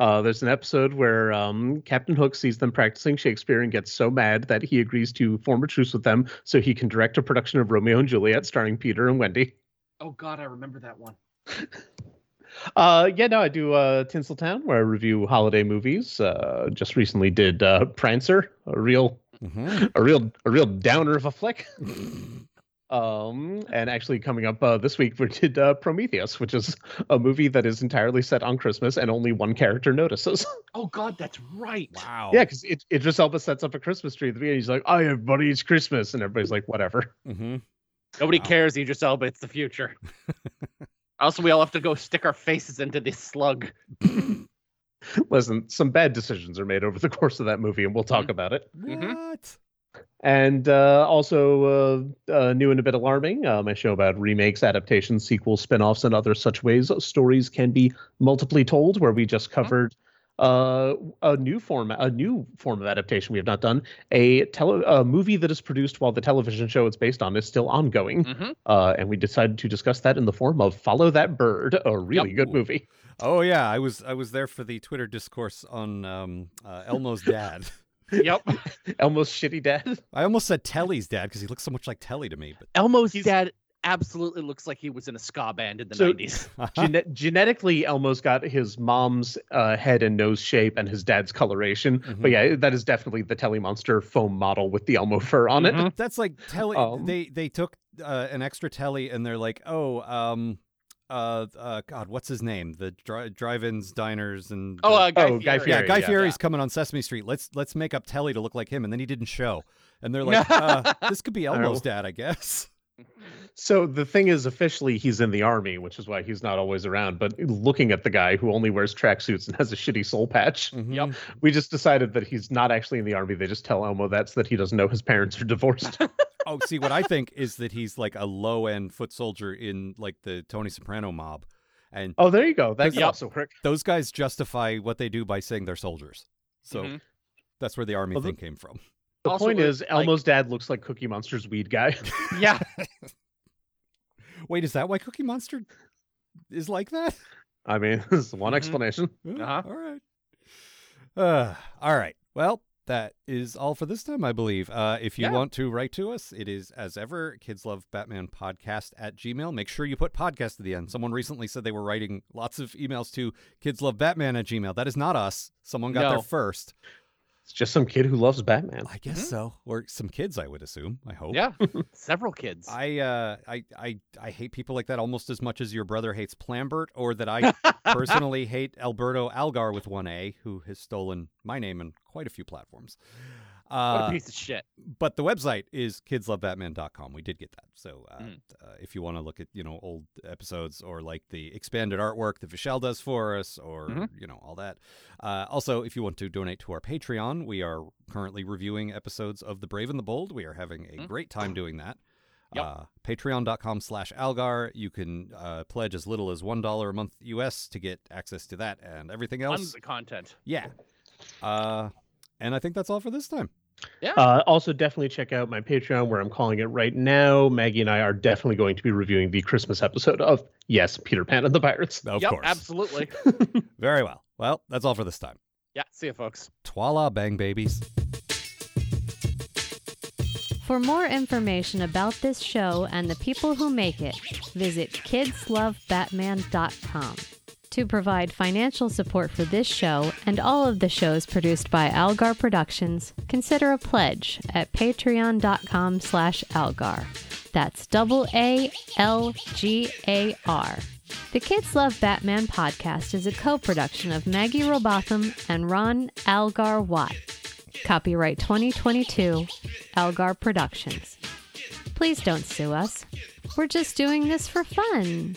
Uh, there's an episode where um, Captain Hook sees them practicing Shakespeare and gets so mad that he agrees to form a truce with them so he can direct a production of Romeo and Juliet starring Peter and Wendy. oh God, I remember that one. Uh, yeah, no, I do uh, Tinseltown where I review holiday movies. Uh, just recently did uh, Prancer, a real, mm-hmm. a real, a real downer of a flick. Um, and actually, coming up uh, this week, we did uh, Prometheus, which is a movie that is entirely set on Christmas and only one character notices. Oh God, that's right. Wow. Yeah, because it, it just Elba sets up a Christmas tree at the beginning. He's like, "Oh, everybody, it's Christmas," and everybody's like, "Whatever." *laughs* Mm-hmm. Nobody Wow. cares, Idris Elba. It's the future. also, we all have to go stick our faces into this slug. Listen, some bad decisions are made over the course of that movie, and we'll talk about it. Mhm. What? And uh, also, uh, uh, new and a bit alarming, uh, my show about remakes, adaptations, sequels, spin-offs, and other such ways stories can be multiply told, where we just covered uh, a new form, a new form of adaptation we have not done, a tele- a movie that is produced while the television show it's based on is still ongoing. Mhm. uh, and we decided to discuss that in the form of Follow That Bird, a really Yep. good movie. *laughs* Oh yeah, I was I was there for the Twitter discourse on um, uh, Elmo's dad. Yep. Elmo's shitty dad. I almost said Telly's dad because he looks so much like Telly to me. Elmo's He's- dad absolutely looks like he was in a ska band in the *laughs* So- 90s. But Gene- genetically, Elmo's got his mom's uh, head and nose shape and his dad's coloration. But Mm-hmm. Mhm. yeah, that is definitely the Telemonster foam model with the Elmo fur on it. Mhm. that's like Telly. Um, they they took uh, an extra Telly and they're like, oh, um, uh, uh, God, what's his name? The dri- drive-ins, diners, and Oh, uh, uh, Guy Oh, Guy Fieri. yeah, Fieri, Guy yeah. Fieri's coming on Sesame Street. Let's let's make up Telly to look like him, and then he didn't show. And *laughs* they're like, uh, this could be Elmo's Oh. dad, I guess. *laughs* So the thing is, officially, he's in the army, which is why he's not always around. But looking at the guy who only wears tracksuits and has a shitty soul patch, Mm-hmm. Mhm. we just decided that he's not actually in the army. They just tell Elmo that's that he doesn't know his parents are divorced. *laughs* Oh, see, what I think is that he's like a low-end foot soldier in like the Tony Soprano mob, and oh, there you go. That could Yep. also work. those guys justify what they do by saying they're soldiers. So Mhm. that's where the army Mm-hmm. Well, thing the- came from. The Also, point it- is, like- Elmo's dad looks like Cookie Monster's weed guy. *laughs* *laughs* Mm-hmm. Yeah. Wait, is that why Cookie Monster is like that? I mean, *laughs* this is one Mhm. explanation. Uh, Uh-huh. All right. Uh, all right. Well, that is all for this time, I believe. Uh, if you Yeah. want to write to us, it is, as ever, kids love Batman podcast at Gmail. Make sure you put podcast at the end. Someone recently said they were writing lots of emails to kids love Batman at Gmail. That is not us. Someone got No. there first. It's just some kid who loves Batman. I guess Mhm. so. Or some kids, I would assume. I hope. *laughs* Yeah. Several kids. I, uh, I I I hate people like that almost as much as your brother hates Plambert, or that I *laughs* personally hate Alberto Algar with one A, who has stolen my name in quite a few platforms. what Uh, a piece of shit. but the website is kidslovebatman.com. We did get that, so uh, Mm. uh, if you want to look at you know old episodes or like the expanded artwork that Vishal does for us, or Mhm. you know all that. Uh, also, if you want to donate to our Patreon, we are currently reviewing episodes of The Brave and the Bold. We are having a Mm. great time doing that. Yep. Uh, Patreon.com slash Algar. You can uh, pledge as little as $1 a month US to get access to that and everything Tons else. of content. Yeah. Uh, and I think that's all for this time. Uh, also, definitely check out my Patreon where I'm calling it right now. Maggie and I are definitely going to be reviewing the Christmas episode of, yes, Peter Pan and the Pirates. Of yep, course. *laughs* absolutely. Very well. Well, that's all for this time. Yeah. See you, folks. Twala bang babies. For more information about this show and the people who make it, visit kidslovebatman.com. To provide financial support for this show and all of the shows produced by Algar Productions, consider a pledge at patreon.com slash algar. That's double A L G A R. The Kids Love Batman podcast is a co-production of Maggie Robotham and Ron Algar Watt. Copyright 2022, Algar Productions. Please don't sue us. We're just doing this for fun.